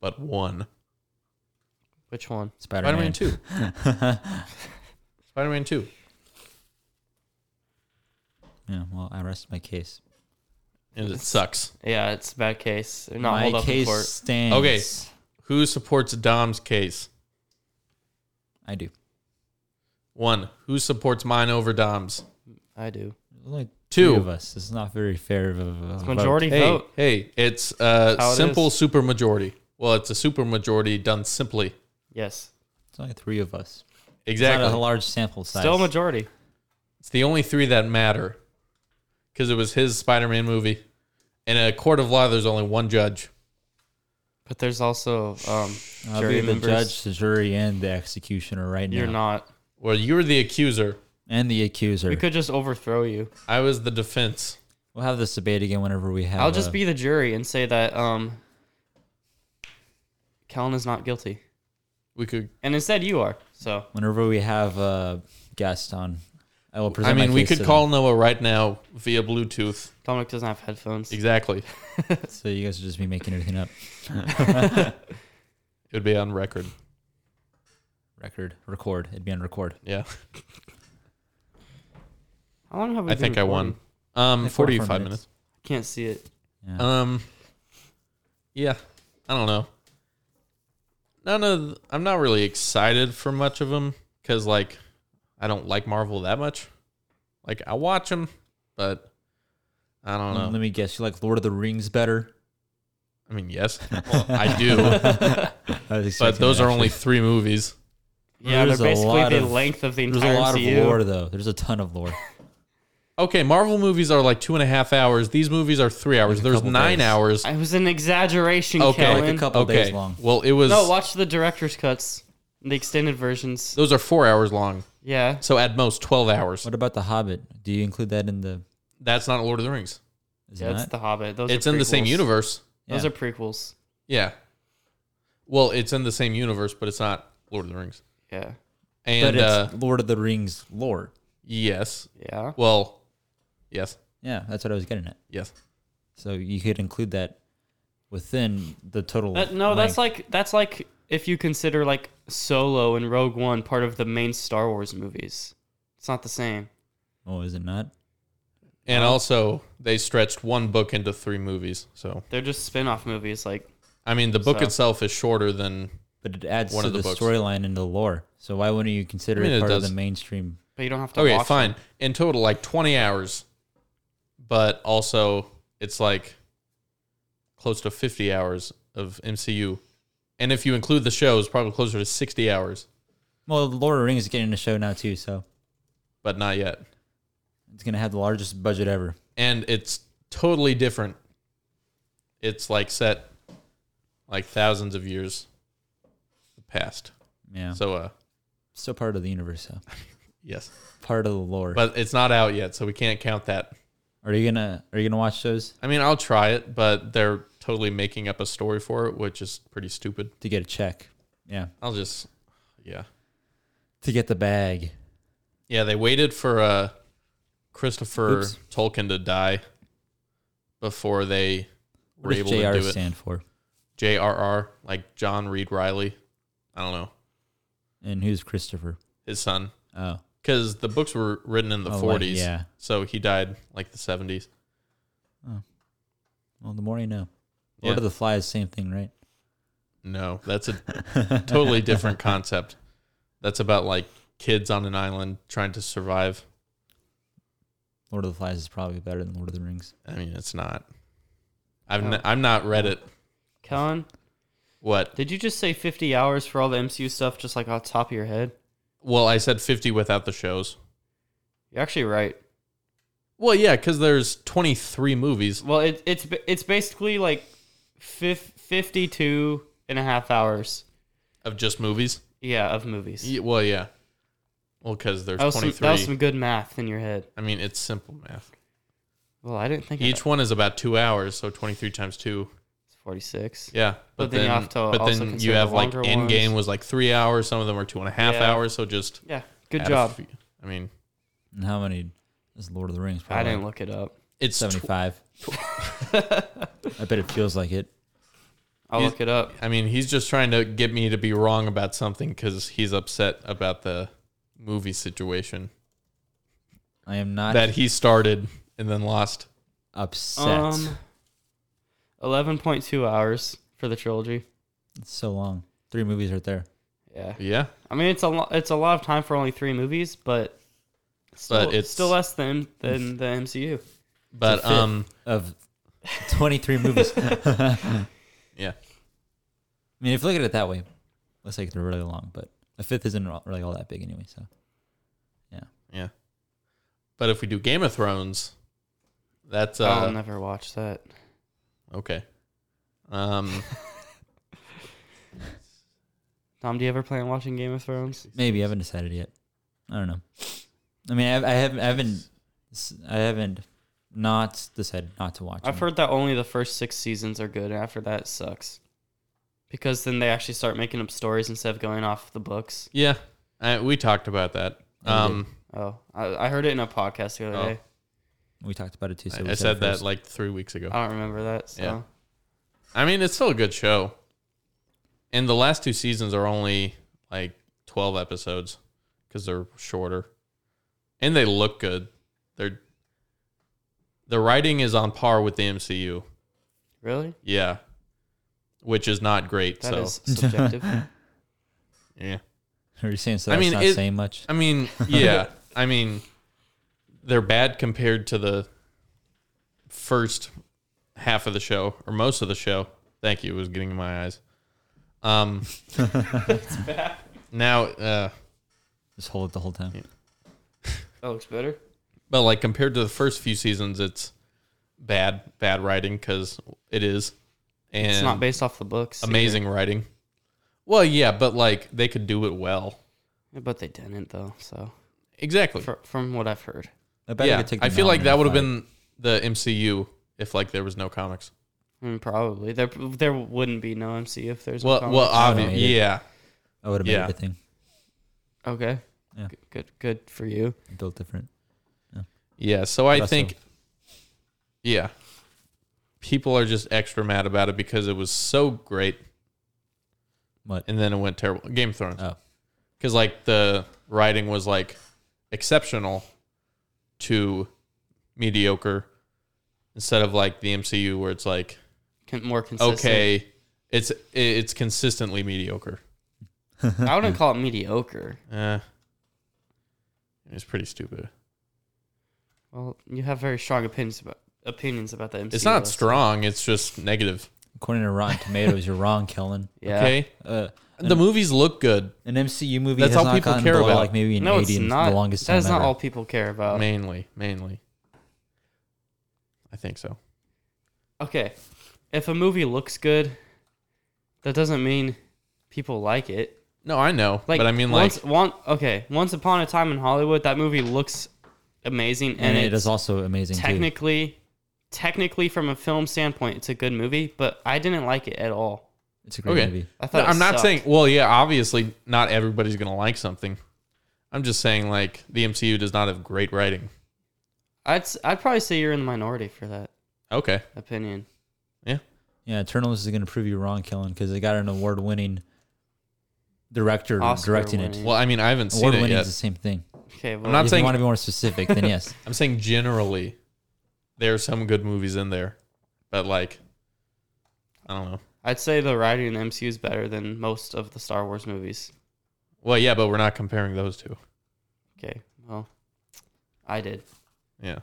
[SPEAKER 3] but one
[SPEAKER 2] Which one?
[SPEAKER 1] Spider
[SPEAKER 3] Spider Man
[SPEAKER 1] Man.
[SPEAKER 3] two, Spider Man two.
[SPEAKER 1] Yeah, well, I rest my case.
[SPEAKER 3] And it sucks.
[SPEAKER 2] Yeah, it's a bad case. They're not
[SPEAKER 1] my
[SPEAKER 2] hold up in
[SPEAKER 1] case
[SPEAKER 2] court.
[SPEAKER 1] stands.
[SPEAKER 3] Okay. Who supports Dom's case?
[SPEAKER 1] I do.
[SPEAKER 3] One. Who supports mine over Dom's?
[SPEAKER 2] I do.
[SPEAKER 1] There's only
[SPEAKER 3] Two.
[SPEAKER 1] three of us. This is not very fair of a a vote.
[SPEAKER 2] Majority
[SPEAKER 3] Hey,
[SPEAKER 2] vote.
[SPEAKER 3] hey, it's a
[SPEAKER 2] How it
[SPEAKER 3] simple
[SPEAKER 2] is.
[SPEAKER 3] super supermajority. Well, it's a supermajority done simply.
[SPEAKER 2] Yes.
[SPEAKER 1] It's only three of us. It's
[SPEAKER 3] Exactly.
[SPEAKER 1] not a large sample size.
[SPEAKER 2] Still a majority.
[SPEAKER 3] It's the only three that matter because it was his Spider Man movie. In a court of law, there's only one judge.
[SPEAKER 2] But there's also um,
[SPEAKER 1] I'll
[SPEAKER 2] jury
[SPEAKER 1] be the
[SPEAKER 2] members.
[SPEAKER 1] judge, the jury, and the executioner right
[SPEAKER 2] You're
[SPEAKER 1] now.
[SPEAKER 2] not.
[SPEAKER 3] Well, you were the accuser.
[SPEAKER 1] And the accuser.
[SPEAKER 2] We could just overthrow you.
[SPEAKER 3] I was the defense.
[SPEAKER 1] We'll have this debate again whenever we have.
[SPEAKER 2] I'll just
[SPEAKER 1] a-
[SPEAKER 2] be the jury and say that um, Kellen is not guilty,
[SPEAKER 3] We could.
[SPEAKER 2] and instead you are. So
[SPEAKER 1] whenever we have a guest on. I will
[SPEAKER 3] I
[SPEAKER 1] present. my
[SPEAKER 3] mean, we
[SPEAKER 1] case
[SPEAKER 3] could
[SPEAKER 1] to them.
[SPEAKER 3] call Noah right now via Bluetooth.
[SPEAKER 2] Dominic doesn't have headphones.
[SPEAKER 3] Exactly.
[SPEAKER 1] So you guys would just be making everything up.
[SPEAKER 3] It would be on record.
[SPEAKER 1] Record, record. It'd be on record.
[SPEAKER 3] Yeah.
[SPEAKER 2] How long have we?
[SPEAKER 3] I
[SPEAKER 2] been
[SPEAKER 3] think I won.
[SPEAKER 2] recording?
[SPEAKER 3] Um,
[SPEAKER 1] Like four or five
[SPEAKER 3] 45 minutes.
[SPEAKER 1] minutes.
[SPEAKER 2] Can't see it.
[SPEAKER 1] Yeah.
[SPEAKER 3] Um. Yeah, I don't know. None of th- I'm not really excited for much of them because like I don't like Marvel that much. Like I watch them, but I don't know.
[SPEAKER 1] Let me guess. You like Lord of the Rings better?
[SPEAKER 3] I mean, yes, well, I do,
[SPEAKER 1] I was
[SPEAKER 3] but
[SPEAKER 1] expecting
[SPEAKER 3] those
[SPEAKER 1] that,
[SPEAKER 3] are only
[SPEAKER 1] actually.
[SPEAKER 3] three movies.
[SPEAKER 2] Yeah,
[SPEAKER 1] There's a
[SPEAKER 2] they're basically
[SPEAKER 1] lot
[SPEAKER 2] the
[SPEAKER 1] of-
[SPEAKER 2] length of the
[SPEAKER 1] There's
[SPEAKER 2] entire
[SPEAKER 1] a lot
[SPEAKER 2] MCU.
[SPEAKER 1] of lore though. There's a ton of lore.
[SPEAKER 3] Okay, Marvel movies are like two and a half hours. These movies are three hours.
[SPEAKER 1] Like a
[SPEAKER 3] There's
[SPEAKER 1] couple
[SPEAKER 3] nine
[SPEAKER 1] days.
[SPEAKER 3] hours.
[SPEAKER 2] It was an exaggeration,
[SPEAKER 3] Okay.
[SPEAKER 2] Kellen.
[SPEAKER 1] Like a couple
[SPEAKER 3] okay.
[SPEAKER 1] days long.
[SPEAKER 3] Well, it was.
[SPEAKER 2] No, watch the director's cuts, the extended versions.
[SPEAKER 3] those are four hours long.
[SPEAKER 2] Yeah,
[SPEAKER 3] So at most twelve hours.
[SPEAKER 1] What about the Hobbit? Do you include that in the?
[SPEAKER 3] That's not Lord of the Rings.
[SPEAKER 1] Is
[SPEAKER 2] yeah,
[SPEAKER 1] it
[SPEAKER 2] it's
[SPEAKER 1] not?
[SPEAKER 2] The Hobbit. Those
[SPEAKER 3] it's
[SPEAKER 2] are
[SPEAKER 3] in the same
[SPEAKER 2] prequels.
[SPEAKER 3] universe.
[SPEAKER 2] Those
[SPEAKER 1] Yeah.
[SPEAKER 2] are prequels.
[SPEAKER 3] Yeah. Well, it's in the same universe, but it's not Lord of the Rings.
[SPEAKER 2] Yeah,
[SPEAKER 1] but
[SPEAKER 3] And
[SPEAKER 1] it's
[SPEAKER 3] uh,
[SPEAKER 1] Lord of the Rings lore.
[SPEAKER 3] yes.
[SPEAKER 2] yeah.
[SPEAKER 3] Well, yes,
[SPEAKER 1] Yeah, that's what I was getting at.
[SPEAKER 3] yes.
[SPEAKER 1] So you could include that within the total.
[SPEAKER 2] That, Uh, no, that's like that's like if you consider like Solo and Rogue One part of the main Star Wars movies. It's not the same.
[SPEAKER 1] Oh, is it not?
[SPEAKER 3] And
[SPEAKER 2] Oh.
[SPEAKER 3] also, they stretched one book into three movies. So,
[SPEAKER 2] They're just spin-off movies. Like
[SPEAKER 3] I mean, the book
[SPEAKER 2] So-
[SPEAKER 3] itself is shorter than.
[SPEAKER 1] But it adds
[SPEAKER 3] One
[SPEAKER 1] to
[SPEAKER 3] of the
[SPEAKER 1] the,
[SPEAKER 3] books.
[SPEAKER 1] storyline and the lore. So why wouldn't you consider
[SPEAKER 3] I mean,
[SPEAKER 1] it
[SPEAKER 3] it
[SPEAKER 1] part of
[SPEAKER 3] does.
[SPEAKER 1] the mainstream?
[SPEAKER 2] but you don't have to.
[SPEAKER 3] Okay,
[SPEAKER 2] watch
[SPEAKER 3] fine.
[SPEAKER 2] them.
[SPEAKER 3] In total, like 20 hours. But also, it's like close to 50 hours of MCU. And if you include the shows, probably closer to 60 hours,
[SPEAKER 1] Well, the Lord of the Rings is getting a show now too, so
[SPEAKER 3] but not yet.
[SPEAKER 1] it's gonna have the largest budget ever.
[SPEAKER 3] and it's totally different. It's like set like thousands of years past.
[SPEAKER 1] Yeah,
[SPEAKER 3] So uh
[SPEAKER 1] still part of the universe, so
[SPEAKER 3] yes.
[SPEAKER 1] part of the lore.
[SPEAKER 3] But it's not out yet, so we can't count that.
[SPEAKER 1] are you gonna Are you gonna watch those
[SPEAKER 3] I mean, I'll try it, but they're totally making up a story for it, which is pretty stupid.
[SPEAKER 1] to get a check? Yeah,
[SPEAKER 3] I'll just yeah.
[SPEAKER 1] to get the bag.
[SPEAKER 3] Yeah, they waited for uh Christopher
[SPEAKER 1] Oops.
[SPEAKER 3] Tolkien to die before they were
[SPEAKER 1] What does
[SPEAKER 3] able to
[SPEAKER 1] JR
[SPEAKER 3] do it.
[SPEAKER 1] stand for?
[SPEAKER 3] JRR, like John Reed Riley. I don't know.
[SPEAKER 1] And who's Christopher?
[SPEAKER 3] His son.
[SPEAKER 1] Oh,
[SPEAKER 3] because the books were written in the
[SPEAKER 1] Oh, like,
[SPEAKER 3] 40s.
[SPEAKER 1] yeah.
[SPEAKER 3] So he died like the 70s.
[SPEAKER 1] Well, the more you know. Lord
[SPEAKER 3] Yeah.
[SPEAKER 1] of the Flies, same thing, right?
[SPEAKER 3] No, that's a totally different concept. That's about like kids on an island trying to survive.
[SPEAKER 1] Lord of the Flies is probably better than Lord of the Rings.
[SPEAKER 3] I mean, it's not. I've
[SPEAKER 2] Oh.
[SPEAKER 3] n- I'm not read it.
[SPEAKER 2] Kellen,
[SPEAKER 3] What?
[SPEAKER 2] did you just say fifty hours for all the MCU stuff? Just like off the top of your head?
[SPEAKER 3] Well, I said 50 without the shows.
[SPEAKER 2] You're actually right.
[SPEAKER 3] Well, yeah, because there's 23 movies.
[SPEAKER 2] Well, it, it's ba- it's basically like fif- 52 and a half hours.
[SPEAKER 3] Of just movies?
[SPEAKER 2] Yeah, of movies.
[SPEAKER 3] Ye- well, yeah. Well, because there's
[SPEAKER 2] that, was some,
[SPEAKER 3] 23.
[SPEAKER 2] that was some good math in your head.
[SPEAKER 3] I mean, it's simple math.
[SPEAKER 2] Well, I didn't think
[SPEAKER 3] Each one is about two hours, so 23 times two.
[SPEAKER 2] it's 46.
[SPEAKER 3] Yeah,
[SPEAKER 2] But then you have to also consider the
[SPEAKER 3] like
[SPEAKER 2] longer
[SPEAKER 3] end game
[SPEAKER 2] ones.
[SPEAKER 3] was like three hours. Some of them were two and a half
[SPEAKER 2] Yeah.
[SPEAKER 3] hours. So just
[SPEAKER 2] Yeah, good
[SPEAKER 3] add a
[SPEAKER 2] job.
[SPEAKER 3] few- I mean,
[SPEAKER 1] And how many is Lord of the Rings?
[SPEAKER 2] I
[SPEAKER 1] Probably
[SPEAKER 2] didn't look it up.
[SPEAKER 3] it's tw-
[SPEAKER 1] 75. I bet it feels like it.
[SPEAKER 2] I'll
[SPEAKER 3] You-
[SPEAKER 2] look it up.
[SPEAKER 3] I mean, he's just trying to get me to be wrong about something because he's upset about the movie situation
[SPEAKER 1] I am not
[SPEAKER 3] that he started and then lost.
[SPEAKER 1] upset.
[SPEAKER 2] Um, 11.2 hours for the trilogy.
[SPEAKER 1] it's so long. Three movies right there.
[SPEAKER 2] Yeah,
[SPEAKER 3] Yeah,
[SPEAKER 2] I mean it's a lo- it's a lot of time for only three movies, but still,
[SPEAKER 3] it's-
[SPEAKER 2] still less than than the MCU.
[SPEAKER 3] but
[SPEAKER 1] fifth.
[SPEAKER 3] um,
[SPEAKER 1] Of 23 movies. I
[SPEAKER 3] yeah,
[SPEAKER 1] mean, if you look at it that way, looks like they're really long, but a fifth isn't all- really all that big anyway. So
[SPEAKER 3] yeah. But if we do Game of Thrones, that's
[SPEAKER 2] I'll
[SPEAKER 3] uh,
[SPEAKER 2] never watch that.
[SPEAKER 3] okay. Um,
[SPEAKER 2] Tom, do you ever plan watching Game of Thrones?
[SPEAKER 1] maybe I haven't decided yet. I don't know. I mean, I, I haven't, I haven't, I haven't not decided not to watch.
[SPEAKER 2] I've
[SPEAKER 1] them.
[SPEAKER 2] heard that only the first six seasons are good, and after that it sucks. Because then they actually start making up stories instead of going off the books.
[SPEAKER 3] yeah, I, we talked about that.
[SPEAKER 1] Yeah, we
[SPEAKER 3] Um,
[SPEAKER 2] Oh, I, I heard it in a podcast the other
[SPEAKER 3] Oh.
[SPEAKER 2] day.
[SPEAKER 1] we talked about it too. So
[SPEAKER 3] I-
[SPEAKER 1] we
[SPEAKER 3] I said
[SPEAKER 1] it
[SPEAKER 3] that
[SPEAKER 1] first.
[SPEAKER 3] like three weeks ago.
[SPEAKER 2] I don't remember that. So.
[SPEAKER 3] Yeah. I mean, it's still a good show. And the last two seasons are only like 12 episodes because they're shorter. And they look good. They're the writing is on par with the MCU.
[SPEAKER 2] Really?
[SPEAKER 3] Yeah. Which is not great.
[SPEAKER 2] that
[SPEAKER 3] so
[SPEAKER 2] is subjective.
[SPEAKER 3] yeah.
[SPEAKER 1] Are you saying so?
[SPEAKER 3] I
[SPEAKER 1] That's
[SPEAKER 3] mean,
[SPEAKER 1] not
[SPEAKER 3] it-
[SPEAKER 1] saying much.
[SPEAKER 3] I mean, yeah. I mean they're bad compared to the first half of the show or most of the show. Thank you, it was getting in my eyes. Um uh, now uh
[SPEAKER 1] Just hold it the whole time.
[SPEAKER 2] that looks better.
[SPEAKER 3] But like compared to the first few seasons, it's bad, bad writing because it is. And
[SPEAKER 2] It's not based off the books. either.
[SPEAKER 3] amazing writing. Well, yeah, but like they could do it well.
[SPEAKER 2] But they didn't though. So
[SPEAKER 3] Exactly.
[SPEAKER 2] fr- from what I've heard,
[SPEAKER 1] I bet
[SPEAKER 3] yeah,
[SPEAKER 1] could take
[SPEAKER 3] I
[SPEAKER 1] them
[SPEAKER 3] feel
[SPEAKER 1] out
[SPEAKER 3] like
[SPEAKER 1] in
[SPEAKER 3] that
[SPEAKER 1] a
[SPEAKER 3] would have
[SPEAKER 1] fight.
[SPEAKER 3] been the MCU if like there was no comics.
[SPEAKER 2] I mean, probably there there wouldn't be no MCU if there's
[SPEAKER 3] Well,
[SPEAKER 2] no
[SPEAKER 3] well,
[SPEAKER 1] comics.
[SPEAKER 3] obvi-
[SPEAKER 1] Yeah.
[SPEAKER 3] yeah.
[SPEAKER 1] I would have made
[SPEAKER 3] yeah.
[SPEAKER 1] everything
[SPEAKER 2] well, Oh, okay,
[SPEAKER 1] Yeah.
[SPEAKER 2] G- good, good for you.
[SPEAKER 1] built different.
[SPEAKER 3] Yeah, so I
[SPEAKER 1] Russell.
[SPEAKER 3] think yeah. People are just extra mad about it because it was so great
[SPEAKER 1] What?
[SPEAKER 3] and then it went terrible. Game of Thrones.
[SPEAKER 1] Oh.
[SPEAKER 3] Cuz like the writing was like exceptional to mediocre instead of like the MCU where it's like
[SPEAKER 2] Con- more consistent.
[SPEAKER 3] okay, it's it's consistently mediocre.
[SPEAKER 2] I wouldn't call it mediocre.
[SPEAKER 3] Eh. It's pretty stupid.
[SPEAKER 2] Well, you have very strong opinions about opinions about the MCU.
[SPEAKER 3] It's not
[SPEAKER 2] though.
[SPEAKER 3] strong, it's just negative.
[SPEAKER 1] According to Rotten Tomatoes, you're wrong, Kellen.
[SPEAKER 2] Yeah.
[SPEAKER 3] Okay?
[SPEAKER 1] Uh,
[SPEAKER 3] The movies look good
[SPEAKER 1] an MCU movie
[SPEAKER 3] That's
[SPEAKER 1] has
[SPEAKER 3] all
[SPEAKER 1] not
[SPEAKER 3] people
[SPEAKER 1] gotten
[SPEAKER 3] care
[SPEAKER 1] below
[SPEAKER 3] about.
[SPEAKER 1] like maybe an
[SPEAKER 2] No,
[SPEAKER 1] 80
[SPEAKER 2] it's
[SPEAKER 1] in
[SPEAKER 2] not.
[SPEAKER 1] the longest
[SPEAKER 2] that is
[SPEAKER 1] time
[SPEAKER 2] not
[SPEAKER 1] ever.
[SPEAKER 2] all people care
[SPEAKER 3] Oh.
[SPEAKER 2] about.
[SPEAKER 3] mainly, mainly. I think so.
[SPEAKER 2] Okay, if a movie looks good, that doesn't mean people like it.
[SPEAKER 3] No, I know,
[SPEAKER 2] Like,
[SPEAKER 3] but I mean, like,
[SPEAKER 2] once, one, okay, Once Upon a Time in Hollywood, that movie looks amazing, and,
[SPEAKER 1] and
[SPEAKER 2] it's
[SPEAKER 1] it is also amazing too.
[SPEAKER 2] technically, technically from a film standpoint, it's a good movie. But I didn't like it at all.
[SPEAKER 1] It's a great
[SPEAKER 3] Okay.
[SPEAKER 1] movie.
[SPEAKER 2] I thought
[SPEAKER 3] no,
[SPEAKER 2] it
[SPEAKER 3] I'm not
[SPEAKER 2] sucked.
[SPEAKER 3] saying. Well, yeah, obviously, not everybody's gonna like something. I'm just saying, like, the MCU does not have great writing.
[SPEAKER 2] I'd s- I'd probably say you're in the minority for that
[SPEAKER 3] Okay,
[SPEAKER 2] opinion.
[SPEAKER 1] Yeah, Eternals is going to prove you wrong, Kellen, because they got an award-winning director
[SPEAKER 2] Oscar
[SPEAKER 1] directing
[SPEAKER 2] winning.
[SPEAKER 1] it.
[SPEAKER 3] well, I mean, I haven't seen it
[SPEAKER 1] Award-winning is
[SPEAKER 3] yet.
[SPEAKER 1] the same thing.
[SPEAKER 2] Okay, well,
[SPEAKER 3] not
[SPEAKER 1] if
[SPEAKER 3] saying-
[SPEAKER 1] you want to be more specific, then yes.
[SPEAKER 3] I'm saying generally, there are some good movies in there, but like, I don't know.
[SPEAKER 2] I'd say the writing in the MCU is better than most of the Star Wars movies.
[SPEAKER 3] Well, yeah, but we're not comparing those two.
[SPEAKER 2] Okay, well, I did.
[SPEAKER 3] Yeah,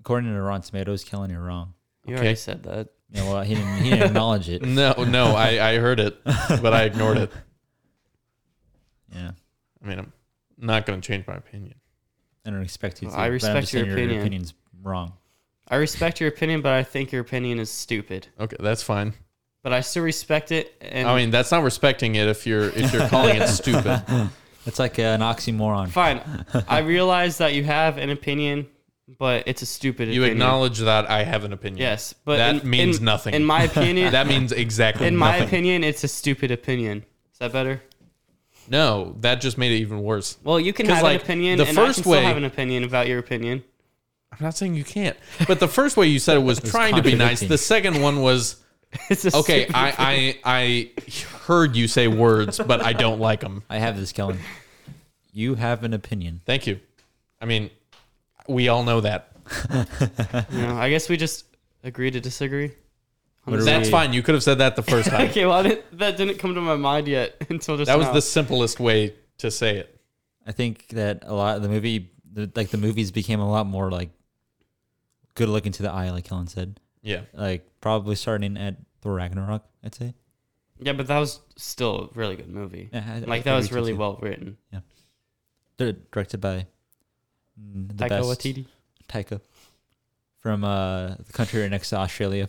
[SPEAKER 1] According to Rotten Tomatoes, Kellen, you're wrong.
[SPEAKER 2] You
[SPEAKER 3] Okay.
[SPEAKER 2] already said that.
[SPEAKER 1] Yeah, well, he didn't, he didn't acknowledge it.
[SPEAKER 3] no, no, I I heard it, but I ignored it.
[SPEAKER 1] Yeah,
[SPEAKER 3] I mean, I'm not gonna change my opinion.
[SPEAKER 1] I don't expect you to.
[SPEAKER 2] Well, I
[SPEAKER 1] but I'm
[SPEAKER 2] respect
[SPEAKER 1] just
[SPEAKER 2] your
[SPEAKER 1] saying
[SPEAKER 2] opinion.
[SPEAKER 1] opinion's wrong.
[SPEAKER 2] I respect your opinion, but I think your opinion is stupid.
[SPEAKER 3] Okay, that's fine.
[SPEAKER 2] But I still respect it. And
[SPEAKER 3] I mean, that's not respecting it if you're if you're calling it stupid.
[SPEAKER 1] It's like uh, an oxymoron.
[SPEAKER 2] Fine. I realize that you have an opinion, but it's a stupid
[SPEAKER 3] You
[SPEAKER 2] opinion.
[SPEAKER 3] acknowledge that I have an opinion.
[SPEAKER 2] Yes, but
[SPEAKER 3] That
[SPEAKER 2] in-
[SPEAKER 3] means
[SPEAKER 2] in-
[SPEAKER 3] nothing.
[SPEAKER 2] In my opinion,
[SPEAKER 3] that means exactly.
[SPEAKER 2] in my
[SPEAKER 3] nothing.
[SPEAKER 2] opinion, it's a stupid opinion. Is that better?
[SPEAKER 3] no, that just made it even worse.
[SPEAKER 2] Well, you can
[SPEAKER 3] 'Cause,
[SPEAKER 2] have
[SPEAKER 3] like,
[SPEAKER 2] an opinion,
[SPEAKER 3] the
[SPEAKER 2] and
[SPEAKER 3] first
[SPEAKER 2] I can
[SPEAKER 3] way-
[SPEAKER 2] still have an opinion about your opinion.
[SPEAKER 3] I'm not saying you can't, but the first way you said it was trying to be nice.
[SPEAKER 1] contradicting.
[SPEAKER 3] The second one was
[SPEAKER 2] It's a
[SPEAKER 3] okay.
[SPEAKER 2] stupid-
[SPEAKER 3] I I I heard you say words, but I don't like them.
[SPEAKER 1] I have this, Kellen. You have an opinion.
[SPEAKER 3] Thank you. I mean, we all know that.
[SPEAKER 2] You know, I guess we just agree to disagree.
[SPEAKER 1] What are
[SPEAKER 3] That's
[SPEAKER 1] we-
[SPEAKER 3] fine. You could have said that the first time.
[SPEAKER 2] Okay, well, I didn't, that didn't come to my mind yet until just
[SPEAKER 3] That was
[SPEAKER 2] now.
[SPEAKER 3] the simplest way to say it.
[SPEAKER 1] I think that a lot of the movie, the, like the movies, became a lot more like good looking to the eye, like Helen said.
[SPEAKER 3] Yeah.
[SPEAKER 1] Like probably starting at Thor Ragnarok, I'd say.
[SPEAKER 2] Yeah, but that was still a really good movie.
[SPEAKER 1] Yeah, I- I
[SPEAKER 2] like
[SPEAKER 1] agree
[SPEAKER 2] that was
[SPEAKER 1] with you
[SPEAKER 2] really
[SPEAKER 1] too.
[SPEAKER 2] well written.
[SPEAKER 1] Dir- Directed by mm, the
[SPEAKER 2] Taika
[SPEAKER 1] best
[SPEAKER 2] Waititi.
[SPEAKER 1] Taika from uh, the country right next to Australia.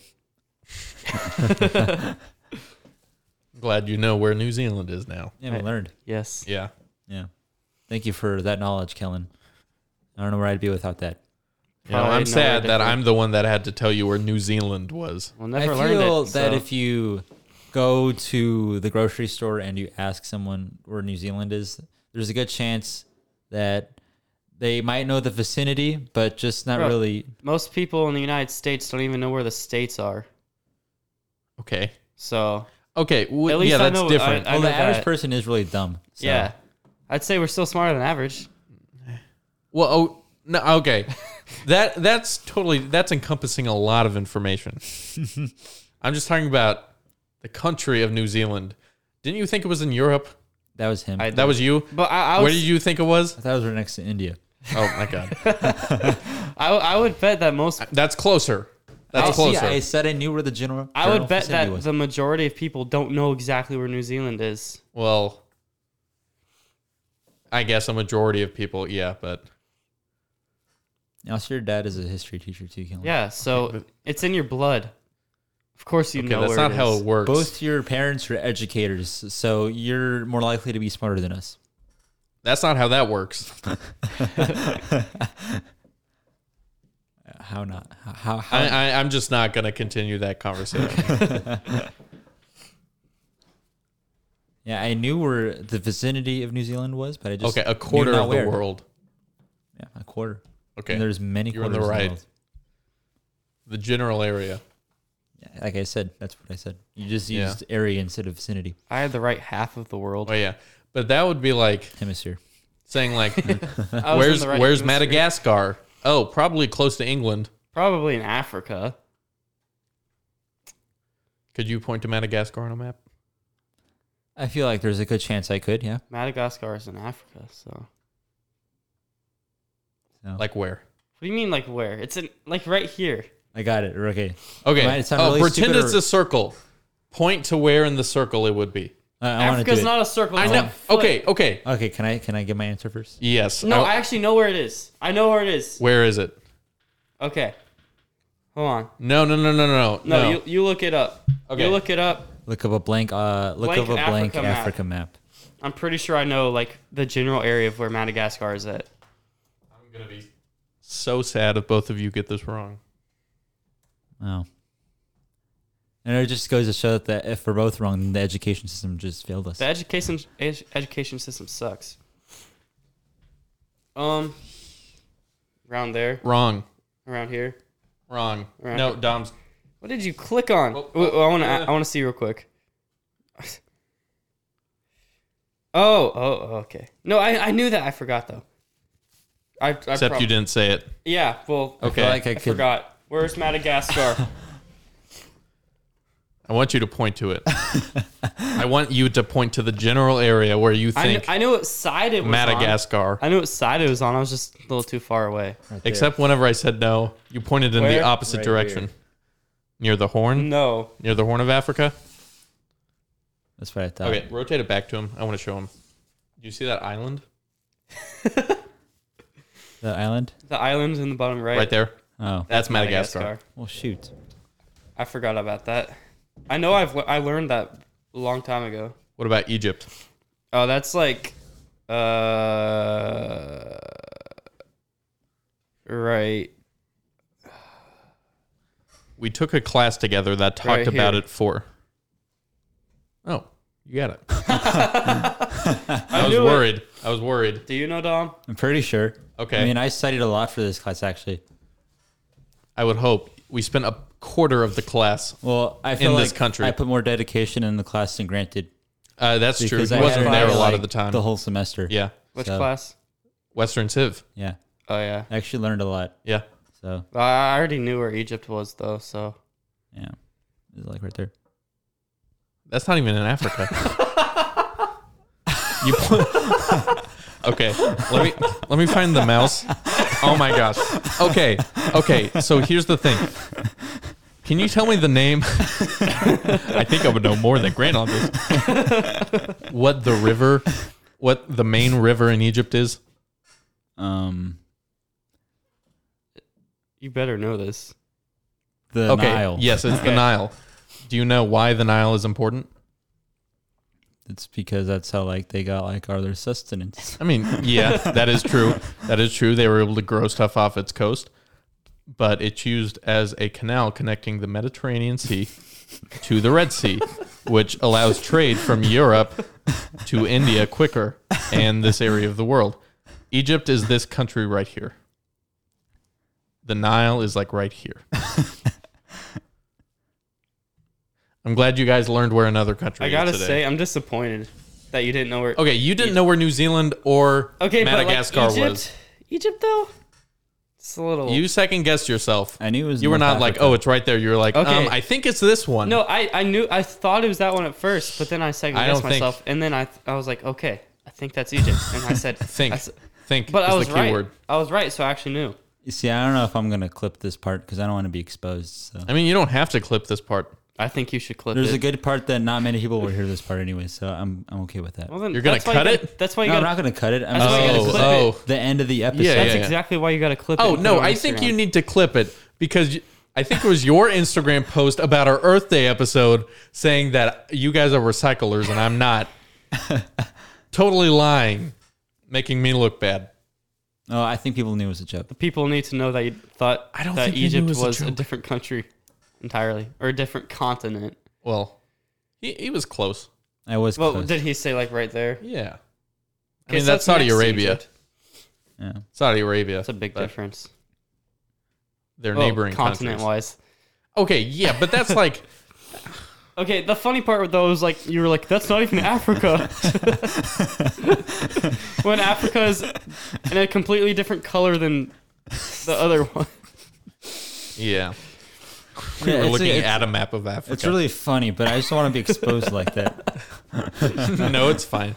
[SPEAKER 3] Glad you know where New Zealand is now.
[SPEAKER 1] Yeah, we
[SPEAKER 2] Right.
[SPEAKER 1] learned.
[SPEAKER 2] Yes.
[SPEAKER 3] Yeah.
[SPEAKER 1] Yeah. Thank you for that knowledge, Kellen. I don't know where I'd be without that.
[SPEAKER 3] You know,
[SPEAKER 2] Probably
[SPEAKER 3] I'm sad
[SPEAKER 2] nowhere
[SPEAKER 3] that
[SPEAKER 2] different.
[SPEAKER 3] I'm the one that had to tell you where New Zealand was.
[SPEAKER 2] We'll never
[SPEAKER 1] I
[SPEAKER 2] learn it.
[SPEAKER 1] feel that
[SPEAKER 2] so-
[SPEAKER 1] if you go to the grocery store and you ask someone where New Zealand is, there's a good chance that they might know the vicinity, but just not
[SPEAKER 2] Bro.
[SPEAKER 1] really.
[SPEAKER 2] Most people in the United States don't even know where the states are.
[SPEAKER 3] Okay.
[SPEAKER 2] So
[SPEAKER 3] Okay. w-
[SPEAKER 2] At least
[SPEAKER 3] yeah,
[SPEAKER 2] I
[SPEAKER 3] that's
[SPEAKER 2] know-
[SPEAKER 3] different.
[SPEAKER 2] I
[SPEAKER 1] well, the
[SPEAKER 2] know
[SPEAKER 1] average
[SPEAKER 2] that.
[SPEAKER 1] person is really dumb. So
[SPEAKER 2] yeah, I'd say we're still smarter than average.
[SPEAKER 3] well, oh no. Okay. that that's totally that's encompassing a lot of information. I'm just talking about the country of New Zealand. Didn't you think it was in Europe?
[SPEAKER 1] that was him.
[SPEAKER 2] I-
[SPEAKER 1] that
[SPEAKER 3] That was you.
[SPEAKER 2] But I, I
[SPEAKER 3] Where
[SPEAKER 2] would,
[SPEAKER 3] did you think it was?
[SPEAKER 1] was right next to India.
[SPEAKER 3] Oh my god.
[SPEAKER 2] I, I would bet that most.
[SPEAKER 3] That's closer. That's
[SPEAKER 1] I, see,
[SPEAKER 3] closer.
[SPEAKER 1] I said I knew where the general.
[SPEAKER 2] I
[SPEAKER 1] general
[SPEAKER 2] would bet
[SPEAKER 1] vicinity
[SPEAKER 2] that
[SPEAKER 1] was.
[SPEAKER 2] the majority of people don't know exactly where New Zealand is.
[SPEAKER 3] well, I guess a majority of people, yeah, but
[SPEAKER 1] Also, your dad is a history teacher too, Kellen.
[SPEAKER 2] Yeah, so
[SPEAKER 3] but-
[SPEAKER 2] it's in your blood. Of course you
[SPEAKER 3] Okay,
[SPEAKER 2] know
[SPEAKER 3] that's
[SPEAKER 2] where
[SPEAKER 3] not
[SPEAKER 2] it
[SPEAKER 3] how
[SPEAKER 2] is.
[SPEAKER 3] it works.
[SPEAKER 1] Both your parents are educators, so you're more likely to be smarter than us.
[SPEAKER 3] That's not how that works.
[SPEAKER 1] How not? How? how
[SPEAKER 3] I, I, I'm just not going to continue that conversation.
[SPEAKER 1] yeah, I knew where the vicinity of New Zealand was, but I just
[SPEAKER 3] okay, a
[SPEAKER 1] knew
[SPEAKER 3] quarter
[SPEAKER 1] not
[SPEAKER 3] of
[SPEAKER 1] where.
[SPEAKER 3] the world.
[SPEAKER 1] Yeah, a quarter.
[SPEAKER 3] Okay,
[SPEAKER 1] And there's many
[SPEAKER 3] You're in
[SPEAKER 1] quarters
[SPEAKER 3] the
[SPEAKER 1] in the
[SPEAKER 3] right.
[SPEAKER 1] world.
[SPEAKER 3] the general area.
[SPEAKER 1] Yeah, Like I said, that's what I said. You just
[SPEAKER 3] Yeah.
[SPEAKER 1] used area instead of vicinity.
[SPEAKER 2] I had the right half of the world.
[SPEAKER 3] Oh yeah, but that would be like
[SPEAKER 1] Hemisphere.
[SPEAKER 3] saying like,
[SPEAKER 2] I was in
[SPEAKER 3] where's
[SPEAKER 2] the right
[SPEAKER 3] where's
[SPEAKER 2] hemisphere.
[SPEAKER 3] Madagascar? Oh, probably close to England.
[SPEAKER 2] Probably in Africa.
[SPEAKER 3] Could you point to Madagascar on a map?
[SPEAKER 1] I feel like there's a good chance I could. Yeah.
[SPEAKER 2] Madagascar is in Africa, so what
[SPEAKER 1] So
[SPEAKER 3] Like where?
[SPEAKER 2] do you mean like where? It's in like right here.
[SPEAKER 1] I got it. Okay.
[SPEAKER 3] Okay.
[SPEAKER 1] Might sound
[SPEAKER 3] oh,
[SPEAKER 1] really
[SPEAKER 3] pretend
[SPEAKER 1] stupid
[SPEAKER 3] it's
[SPEAKER 1] or-
[SPEAKER 3] a circle. Point to where in the circle it would be.
[SPEAKER 1] I, I want to do
[SPEAKER 2] Africa's
[SPEAKER 1] it.
[SPEAKER 2] not a circle.
[SPEAKER 3] I
[SPEAKER 2] it's
[SPEAKER 3] know.
[SPEAKER 2] on foot.
[SPEAKER 3] Okay. Okay.
[SPEAKER 1] okay. Can I? Can I give my answer first?
[SPEAKER 3] Yes.
[SPEAKER 2] No,
[SPEAKER 3] I-
[SPEAKER 2] I actually know where it is. I know where it is.
[SPEAKER 3] where is it?
[SPEAKER 2] Okay. Hold on.
[SPEAKER 3] No. No. No. No. No.
[SPEAKER 2] No, you you look it up.
[SPEAKER 3] Okay.
[SPEAKER 2] You look it up.
[SPEAKER 1] Look up a blank. Uh, look up
[SPEAKER 2] Blank
[SPEAKER 1] a blank
[SPEAKER 2] Africa map.
[SPEAKER 1] Africa map.
[SPEAKER 2] I'm pretty sure I know like the general area of where Madagascar is at.
[SPEAKER 3] I'm gonna be so sad if both of you get this wrong.
[SPEAKER 1] Wow. Oh. And it just goes to show that the, if we're both wrong, then the education system just failed us.
[SPEAKER 2] The education edu- education system sucks. Um, around there,
[SPEAKER 3] Wrong.
[SPEAKER 2] around here.
[SPEAKER 3] Wrong.
[SPEAKER 2] Right.
[SPEAKER 3] No, Dom's.
[SPEAKER 2] What did you click on?
[SPEAKER 3] Well,
[SPEAKER 2] Wait, I want to.
[SPEAKER 3] uh,
[SPEAKER 2] I want to see real quick. Oh, oh, oh, okay. No, I, I knew that. I forgot though. I, I
[SPEAKER 3] Except
[SPEAKER 2] prob-
[SPEAKER 3] you didn't say it.
[SPEAKER 2] Yeah. Well,
[SPEAKER 1] I
[SPEAKER 3] Okay.
[SPEAKER 1] feel like I,
[SPEAKER 2] I
[SPEAKER 1] could.
[SPEAKER 2] forgot. Where's Madagascar?
[SPEAKER 3] I want you to point to it. I want you to point to the general area where you
[SPEAKER 2] I, kn-
[SPEAKER 3] think
[SPEAKER 2] I knew what side it was
[SPEAKER 3] Madagascar. Mm-hmm.
[SPEAKER 2] on. I knew what side it was on. I was just a little too far away.
[SPEAKER 1] Right there.
[SPEAKER 3] Except whenever I said no, you pointed in the
[SPEAKER 2] Where? Mm.
[SPEAKER 3] opposite
[SPEAKER 1] Right
[SPEAKER 3] direction.
[SPEAKER 1] here.
[SPEAKER 3] Near the horn?
[SPEAKER 2] No.
[SPEAKER 3] Near the horn of Africa?
[SPEAKER 1] that's what I thought.
[SPEAKER 3] Okay, rotate it back to him. I want to show him. You see that island
[SPEAKER 1] The island.
[SPEAKER 2] The island's in the bottom right.
[SPEAKER 3] right, there?
[SPEAKER 1] Oh,
[SPEAKER 3] That's Madagascar.
[SPEAKER 1] well, shoot.
[SPEAKER 2] I forgot about that. I know I've le- I learned that a long time ago.
[SPEAKER 3] What about Egypt?
[SPEAKER 2] Oh, that's like, uh, right.
[SPEAKER 3] We took a class together that talked
[SPEAKER 2] Right
[SPEAKER 3] about
[SPEAKER 2] here.
[SPEAKER 3] it for. Oh, you got it.
[SPEAKER 2] I,
[SPEAKER 3] I was
[SPEAKER 2] knew it.
[SPEAKER 3] worried. I was worried.
[SPEAKER 2] Do you know Dom?
[SPEAKER 1] I'm pretty sure.
[SPEAKER 3] Okay.
[SPEAKER 1] I mean, I studied a lot for this class actually.
[SPEAKER 3] I would hope. We spent a quarter of the class.
[SPEAKER 1] Well, I feel
[SPEAKER 3] In
[SPEAKER 1] like
[SPEAKER 3] this country.
[SPEAKER 1] I put more dedication in the class than granted
[SPEAKER 3] Uh, that's true.
[SPEAKER 1] because
[SPEAKER 3] He
[SPEAKER 1] I
[SPEAKER 3] wasn't
[SPEAKER 1] had it
[SPEAKER 3] there a
[SPEAKER 1] for,
[SPEAKER 3] lot of
[SPEAKER 1] like,
[SPEAKER 3] the time.
[SPEAKER 1] The whole semester.
[SPEAKER 3] yeah.
[SPEAKER 2] Which
[SPEAKER 1] So-
[SPEAKER 2] class?
[SPEAKER 3] Western Civ.
[SPEAKER 1] Yeah.
[SPEAKER 2] Oh yeah.
[SPEAKER 1] I actually learned a lot.
[SPEAKER 3] Yeah.
[SPEAKER 1] So
[SPEAKER 2] Well, I already knew where Egypt was though, so
[SPEAKER 1] yeah, it's like right there.
[SPEAKER 3] That's not even in Africa. you put, okay? Let me let me find the mouse. Oh my gosh. Okay. Okay. So here's the thing. Can you tell me the name? I think I would know more than Grant on this. What the river? What the main river in Egypt is?
[SPEAKER 1] Um,
[SPEAKER 2] you better know this.
[SPEAKER 1] the
[SPEAKER 3] okay.
[SPEAKER 1] Nile.
[SPEAKER 3] Yes, it's the Nile. Do you know why the Nile is important?
[SPEAKER 1] It's because that's how like they got like all their sustenance.
[SPEAKER 3] I mean, yeah, that is true. That is true. They were able to grow stuff off its coast, but it's used as a canal connecting the Mediterranean Sea to the Red Sea, which allows trade from Europe to India quicker and this area of the world. Egypt is this country right here. The Nile is like right here. I'm glad you guys learned where another country
[SPEAKER 2] I gotta
[SPEAKER 3] is today.
[SPEAKER 2] say, I'm disappointed that you didn't know where.
[SPEAKER 3] Okay, you didn't know where New Zealand or
[SPEAKER 2] Okay,
[SPEAKER 3] Madagascar
[SPEAKER 2] but like Egypt,
[SPEAKER 3] was.
[SPEAKER 2] Egypt though, it's a little.
[SPEAKER 3] You second guessed yourself.
[SPEAKER 1] I knew it was.
[SPEAKER 3] You were
[SPEAKER 1] North
[SPEAKER 3] not like,
[SPEAKER 1] Africa.
[SPEAKER 3] oh, it's right there. You were like,
[SPEAKER 2] Okay.
[SPEAKER 3] um, I think it's this one.
[SPEAKER 2] No, I, I knew I thought it was that one at first, but then I second
[SPEAKER 3] I
[SPEAKER 2] guessed
[SPEAKER 3] don't think-
[SPEAKER 2] myself, and then I I was like, okay, I think that's Egypt, and I said
[SPEAKER 3] think,
[SPEAKER 2] I s-
[SPEAKER 3] think.
[SPEAKER 2] but
[SPEAKER 3] is
[SPEAKER 2] I was
[SPEAKER 3] the
[SPEAKER 2] right.
[SPEAKER 3] keyword.
[SPEAKER 2] I was right, so I actually knew.
[SPEAKER 1] You See, I don't know if I'm gonna clip this part because I don't want to be exposed. So
[SPEAKER 3] I mean, you don't have to clip this part.
[SPEAKER 2] I think you should clip
[SPEAKER 1] There's
[SPEAKER 2] it.
[SPEAKER 1] a good part that not many people will hear this part anyway, so I'm I'm okay with that.
[SPEAKER 2] well, then
[SPEAKER 3] You're gonna
[SPEAKER 2] that's why
[SPEAKER 3] cut
[SPEAKER 2] you gotta,
[SPEAKER 3] it?
[SPEAKER 2] That's why you
[SPEAKER 1] no, I'm
[SPEAKER 2] gotta.
[SPEAKER 1] not gonna cut it. I'm
[SPEAKER 2] That's why you gotta
[SPEAKER 1] just
[SPEAKER 3] Oh,
[SPEAKER 2] clip it.
[SPEAKER 3] oh,
[SPEAKER 1] the end of the episode.
[SPEAKER 3] Yeah,
[SPEAKER 2] that's
[SPEAKER 3] yeah, yeah.
[SPEAKER 2] exactly why you gotta clip it.
[SPEAKER 3] oh
[SPEAKER 2] and put it
[SPEAKER 3] no!
[SPEAKER 2] on
[SPEAKER 3] I think you
[SPEAKER 2] Instagram.
[SPEAKER 3] need to clip it because you- I think it was your Instagram post about our Earth Day episode saying that you guys are recyclers and I'm not. totally lying, making me look bad.
[SPEAKER 1] Oh, I think people knew it was a joke.
[SPEAKER 2] People need to know that you thought
[SPEAKER 3] I don't
[SPEAKER 2] that
[SPEAKER 3] think they knew
[SPEAKER 2] Egypt
[SPEAKER 3] it was
[SPEAKER 2] was,
[SPEAKER 3] a
[SPEAKER 2] a,
[SPEAKER 3] joke.
[SPEAKER 2] different country entirely or a different continent.
[SPEAKER 3] Well, he, he was close.
[SPEAKER 1] I was
[SPEAKER 2] Well,
[SPEAKER 1] close.
[SPEAKER 2] did he say like right there?
[SPEAKER 3] Yeah. I
[SPEAKER 2] Okay,
[SPEAKER 3] mean,
[SPEAKER 2] so
[SPEAKER 3] that's
[SPEAKER 2] that's
[SPEAKER 3] Saudi
[SPEAKER 2] next to
[SPEAKER 3] Arabia.
[SPEAKER 2] Egypt.
[SPEAKER 1] yeah.
[SPEAKER 3] Saudi Arabia.
[SPEAKER 2] That's a big
[SPEAKER 3] but
[SPEAKER 2] difference.
[SPEAKER 1] Oh,
[SPEAKER 3] They're
[SPEAKER 2] Well,
[SPEAKER 3] neighboring
[SPEAKER 2] continent
[SPEAKER 3] countries.
[SPEAKER 2] wise.
[SPEAKER 3] Okay, yeah, but that's like
[SPEAKER 2] Okay, the funny part though is like you were like, that's not even Africa. when Africa is in a completely different color than the other one.
[SPEAKER 3] yeah. We
[SPEAKER 1] Yeah,
[SPEAKER 3] were
[SPEAKER 1] it's-
[SPEAKER 3] looking
[SPEAKER 1] it's-
[SPEAKER 3] at a map of Africa.
[SPEAKER 1] It's really funny, but I just don't want to be exposed like that.
[SPEAKER 3] no, it's fine.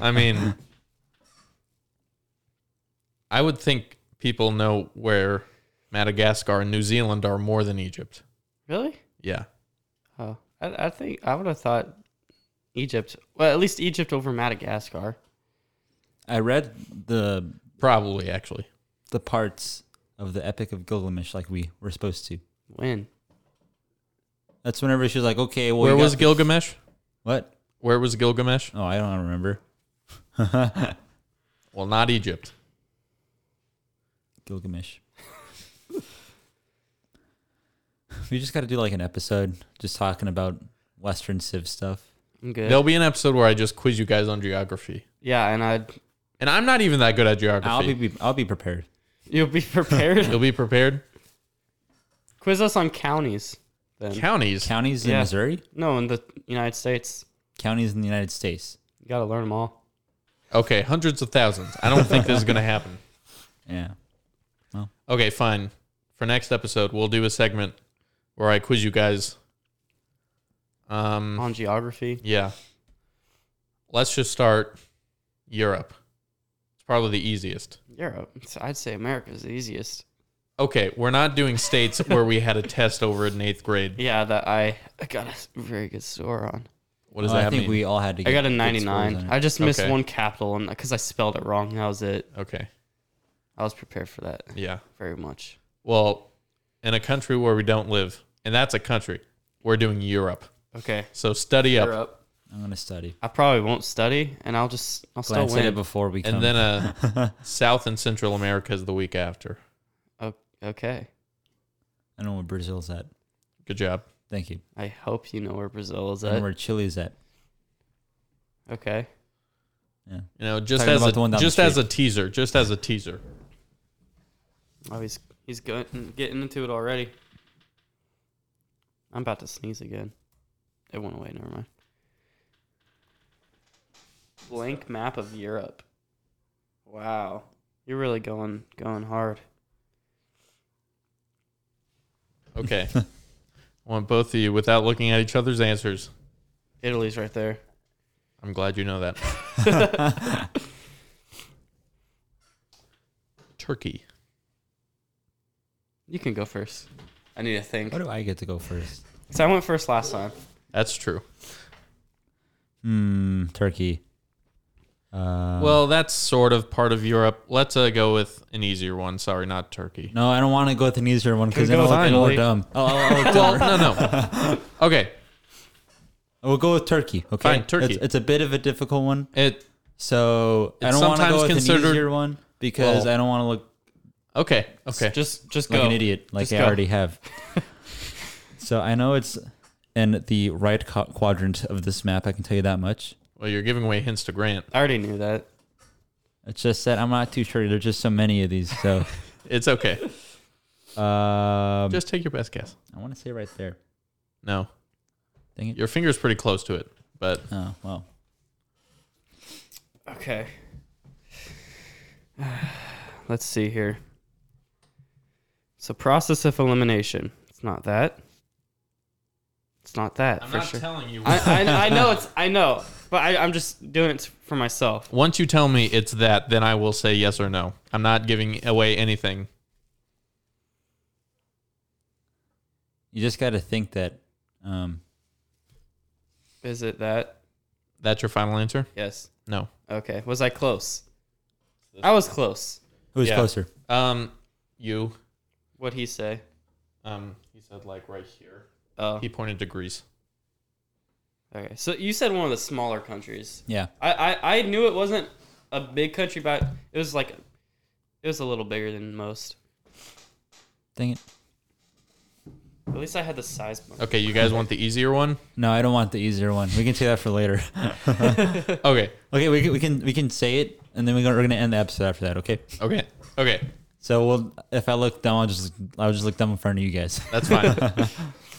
[SPEAKER 3] I mean, I would think people know where Madagascar and New Zealand are more than Egypt.
[SPEAKER 2] Really?
[SPEAKER 3] Yeah.
[SPEAKER 2] Oh, I, I think I would have thought Egypt. Well, at least Egypt over Madagascar.
[SPEAKER 1] I read the
[SPEAKER 3] Probably, actually.
[SPEAKER 1] the parts of the Epic of Gilgamesh like we were supposed to.
[SPEAKER 2] When?
[SPEAKER 1] That's whenever she was like, okay, well,
[SPEAKER 3] where
[SPEAKER 1] you
[SPEAKER 3] was
[SPEAKER 1] got-
[SPEAKER 3] Gilgamesh?
[SPEAKER 1] what?
[SPEAKER 3] Where was Gilgamesh?
[SPEAKER 1] Oh, I don't remember.
[SPEAKER 3] Well, not Egypt.
[SPEAKER 1] Gilgamesh. we just got to do like an episode just talking about Western Civ stuff.
[SPEAKER 2] I'm good.
[SPEAKER 3] There'll be an episode where I just quiz you guys on geography.
[SPEAKER 2] Yeah, and I'd
[SPEAKER 3] And I'm not even that good at geography.
[SPEAKER 1] I'll be, be I'll be prepared.
[SPEAKER 2] you'll be prepared.
[SPEAKER 3] You'll be prepared.
[SPEAKER 2] Quiz us on counties. Then
[SPEAKER 3] Counties.
[SPEAKER 1] Counties in
[SPEAKER 2] Yeah.
[SPEAKER 1] Missouri,
[SPEAKER 2] no, in the United States,
[SPEAKER 1] counties in the United States.
[SPEAKER 2] you gotta learn them all.
[SPEAKER 3] Okay, hundreds of thousands. I don't think this is going to happen.
[SPEAKER 1] Yeah.
[SPEAKER 3] Okay, fine. For next episode, we'll do a segment where I quiz you guys. Um,
[SPEAKER 2] On geography,
[SPEAKER 3] yeah. Let's just start Europe. It's probably the easiest.
[SPEAKER 2] Europe. So I'd say America's the easiest.
[SPEAKER 3] Okay, we're not doing states where we had a test over in eighth grade.
[SPEAKER 2] Yeah, that I, I got a very good score on.
[SPEAKER 3] What does
[SPEAKER 1] Well,
[SPEAKER 3] that
[SPEAKER 1] Uh, I think
[SPEAKER 3] mean?
[SPEAKER 1] we all had to.
[SPEAKER 2] I
[SPEAKER 1] Get
[SPEAKER 2] got a
[SPEAKER 1] good scores
[SPEAKER 2] 99.
[SPEAKER 1] on it.
[SPEAKER 2] I just missed
[SPEAKER 3] Okay.
[SPEAKER 2] one capital and because I spelled it wrong. That was it.
[SPEAKER 3] okay,
[SPEAKER 2] I was prepared for that
[SPEAKER 3] yeah.
[SPEAKER 2] very much.
[SPEAKER 3] Well, in a country where we don't live, and that's a country, we're doing Europe.
[SPEAKER 2] Okay,
[SPEAKER 3] So study up,
[SPEAKER 2] Europe.
[SPEAKER 1] I'm gonna study.
[SPEAKER 2] I probably won't study, and I'll just I'll still
[SPEAKER 1] Glad I said it
[SPEAKER 2] win.
[SPEAKER 1] before we come.
[SPEAKER 3] and then uh, South and Central America is the week after.
[SPEAKER 2] O- okay,
[SPEAKER 1] I know where Brazil's at.
[SPEAKER 3] Good job.
[SPEAKER 1] Thank you.
[SPEAKER 2] I hope you know where Brazil is
[SPEAKER 1] I know
[SPEAKER 2] at.
[SPEAKER 1] where Chile's at.
[SPEAKER 2] Okay,
[SPEAKER 3] You know, just
[SPEAKER 1] Talking
[SPEAKER 3] as
[SPEAKER 1] about the one
[SPEAKER 3] a
[SPEAKER 1] down the
[SPEAKER 3] just as a teaser, just as a teaser.
[SPEAKER 2] oh he's he's go- getting into it already. I'm about to sneeze again. It went away. Never mind. Blank map of Europe. Wow, you're really going going hard.
[SPEAKER 3] Okay. I want both of you without looking at each other's answers.
[SPEAKER 2] Italy's right there.
[SPEAKER 3] I'm glad you know that. Turkey.
[SPEAKER 2] You can go first. I need to think.
[SPEAKER 1] Why do I get to go first?
[SPEAKER 2] So I went first last time.
[SPEAKER 3] That's true.
[SPEAKER 1] Hmm, Turkey. Uh,
[SPEAKER 3] well, that's sort of part of Europe. Let's uh, go with an easier one. Sorry, not Turkey.
[SPEAKER 1] no, I don't want to go with an easier one because
[SPEAKER 2] Can
[SPEAKER 1] then
[SPEAKER 2] we
[SPEAKER 1] I'll
[SPEAKER 2] go
[SPEAKER 1] look
[SPEAKER 2] with
[SPEAKER 1] more
[SPEAKER 2] Italy?
[SPEAKER 1] dumb. Oh, oh, oh,
[SPEAKER 3] Well, no, no. Okay.
[SPEAKER 1] we'll go with Turkey. Okay,
[SPEAKER 3] Fine, Turkey.
[SPEAKER 1] It's, it's a bit of a difficult one,
[SPEAKER 3] It
[SPEAKER 1] so I
[SPEAKER 3] It's
[SPEAKER 1] don't want to
[SPEAKER 3] sometimes
[SPEAKER 1] go with an
[SPEAKER 3] considered-
[SPEAKER 1] easier one because
[SPEAKER 3] Well,
[SPEAKER 1] I don't want to look
[SPEAKER 3] okay. Okay.
[SPEAKER 2] Just just
[SPEAKER 1] like
[SPEAKER 2] go.
[SPEAKER 1] an idiot, like
[SPEAKER 2] Just
[SPEAKER 1] I
[SPEAKER 2] go.
[SPEAKER 1] already have. so I know it's in the right co- quadrant of this map. I can tell you that much.
[SPEAKER 3] Well, you're giving away hints to Grant.
[SPEAKER 2] I already knew that.
[SPEAKER 1] It's just that I'm not too sure. There's just so many of these, so
[SPEAKER 3] It's okay.
[SPEAKER 1] um,
[SPEAKER 3] Just take your best guess.
[SPEAKER 1] I want to say right there.
[SPEAKER 3] No.
[SPEAKER 1] Dang it.
[SPEAKER 3] Your finger's pretty close to it, but
[SPEAKER 1] Oh well.
[SPEAKER 2] Okay. Let's see here. So process of elimination. It's not that. It's not that for sure.
[SPEAKER 3] telling you.
[SPEAKER 2] I, I I know it's I know, but I, I'm just doing it for myself.
[SPEAKER 3] Once you tell me it's that, then I will say yes or no. I'm not giving away anything.
[SPEAKER 1] You just got to think that. I Um,
[SPEAKER 2] Is it that?
[SPEAKER 3] That's your final answer?
[SPEAKER 2] Yes.
[SPEAKER 3] No.
[SPEAKER 2] Okay. Was I close? I was close.
[SPEAKER 1] who was
[SPEAKER 3] Yeah.
[SPEAKER 1] closer?
[SPEAKER 3] Um, you.
[SPEAKER 2] What he say?
[SPEAKER 3] Um, he said like right here.
[SPEAKER 2] Oh,
[SPEAKER 3] He pointed to Greece.
[SPEAKER 2] okay. So you said one of the smaller countries.
[SPEAKER 1] Yeah.
[SPEAKER 2] I, I, I knew it wasn't a big country, but it was like it was a little bigger than most.
[SPEAKER 1] Dang it.
[SPEAKER 2] At least I had the size. mark.
[SPEAKER 3] Okay, you guys want the easier one?
[SPEAKER 1] No, I don't want the easier one. We can say that for later.
[SPEAKER 3] Okay,
[SPEAKER 1] okay, we can, we can we can say it, and then we're gonna, we're gonna end the episode after that. Okay.
[SPEAKER 3] okay, okay.
[SPEAKER 1] So we'll if I look dumb, I'll just I'll just look dumb in front of you guys.
[SPEAKER 3] That's fine.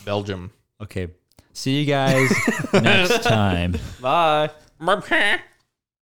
[SPEAKER 3] Belgium.
[SPEAKER 1] Okay. See you guys next time.
[SPEAKER 2] Bye.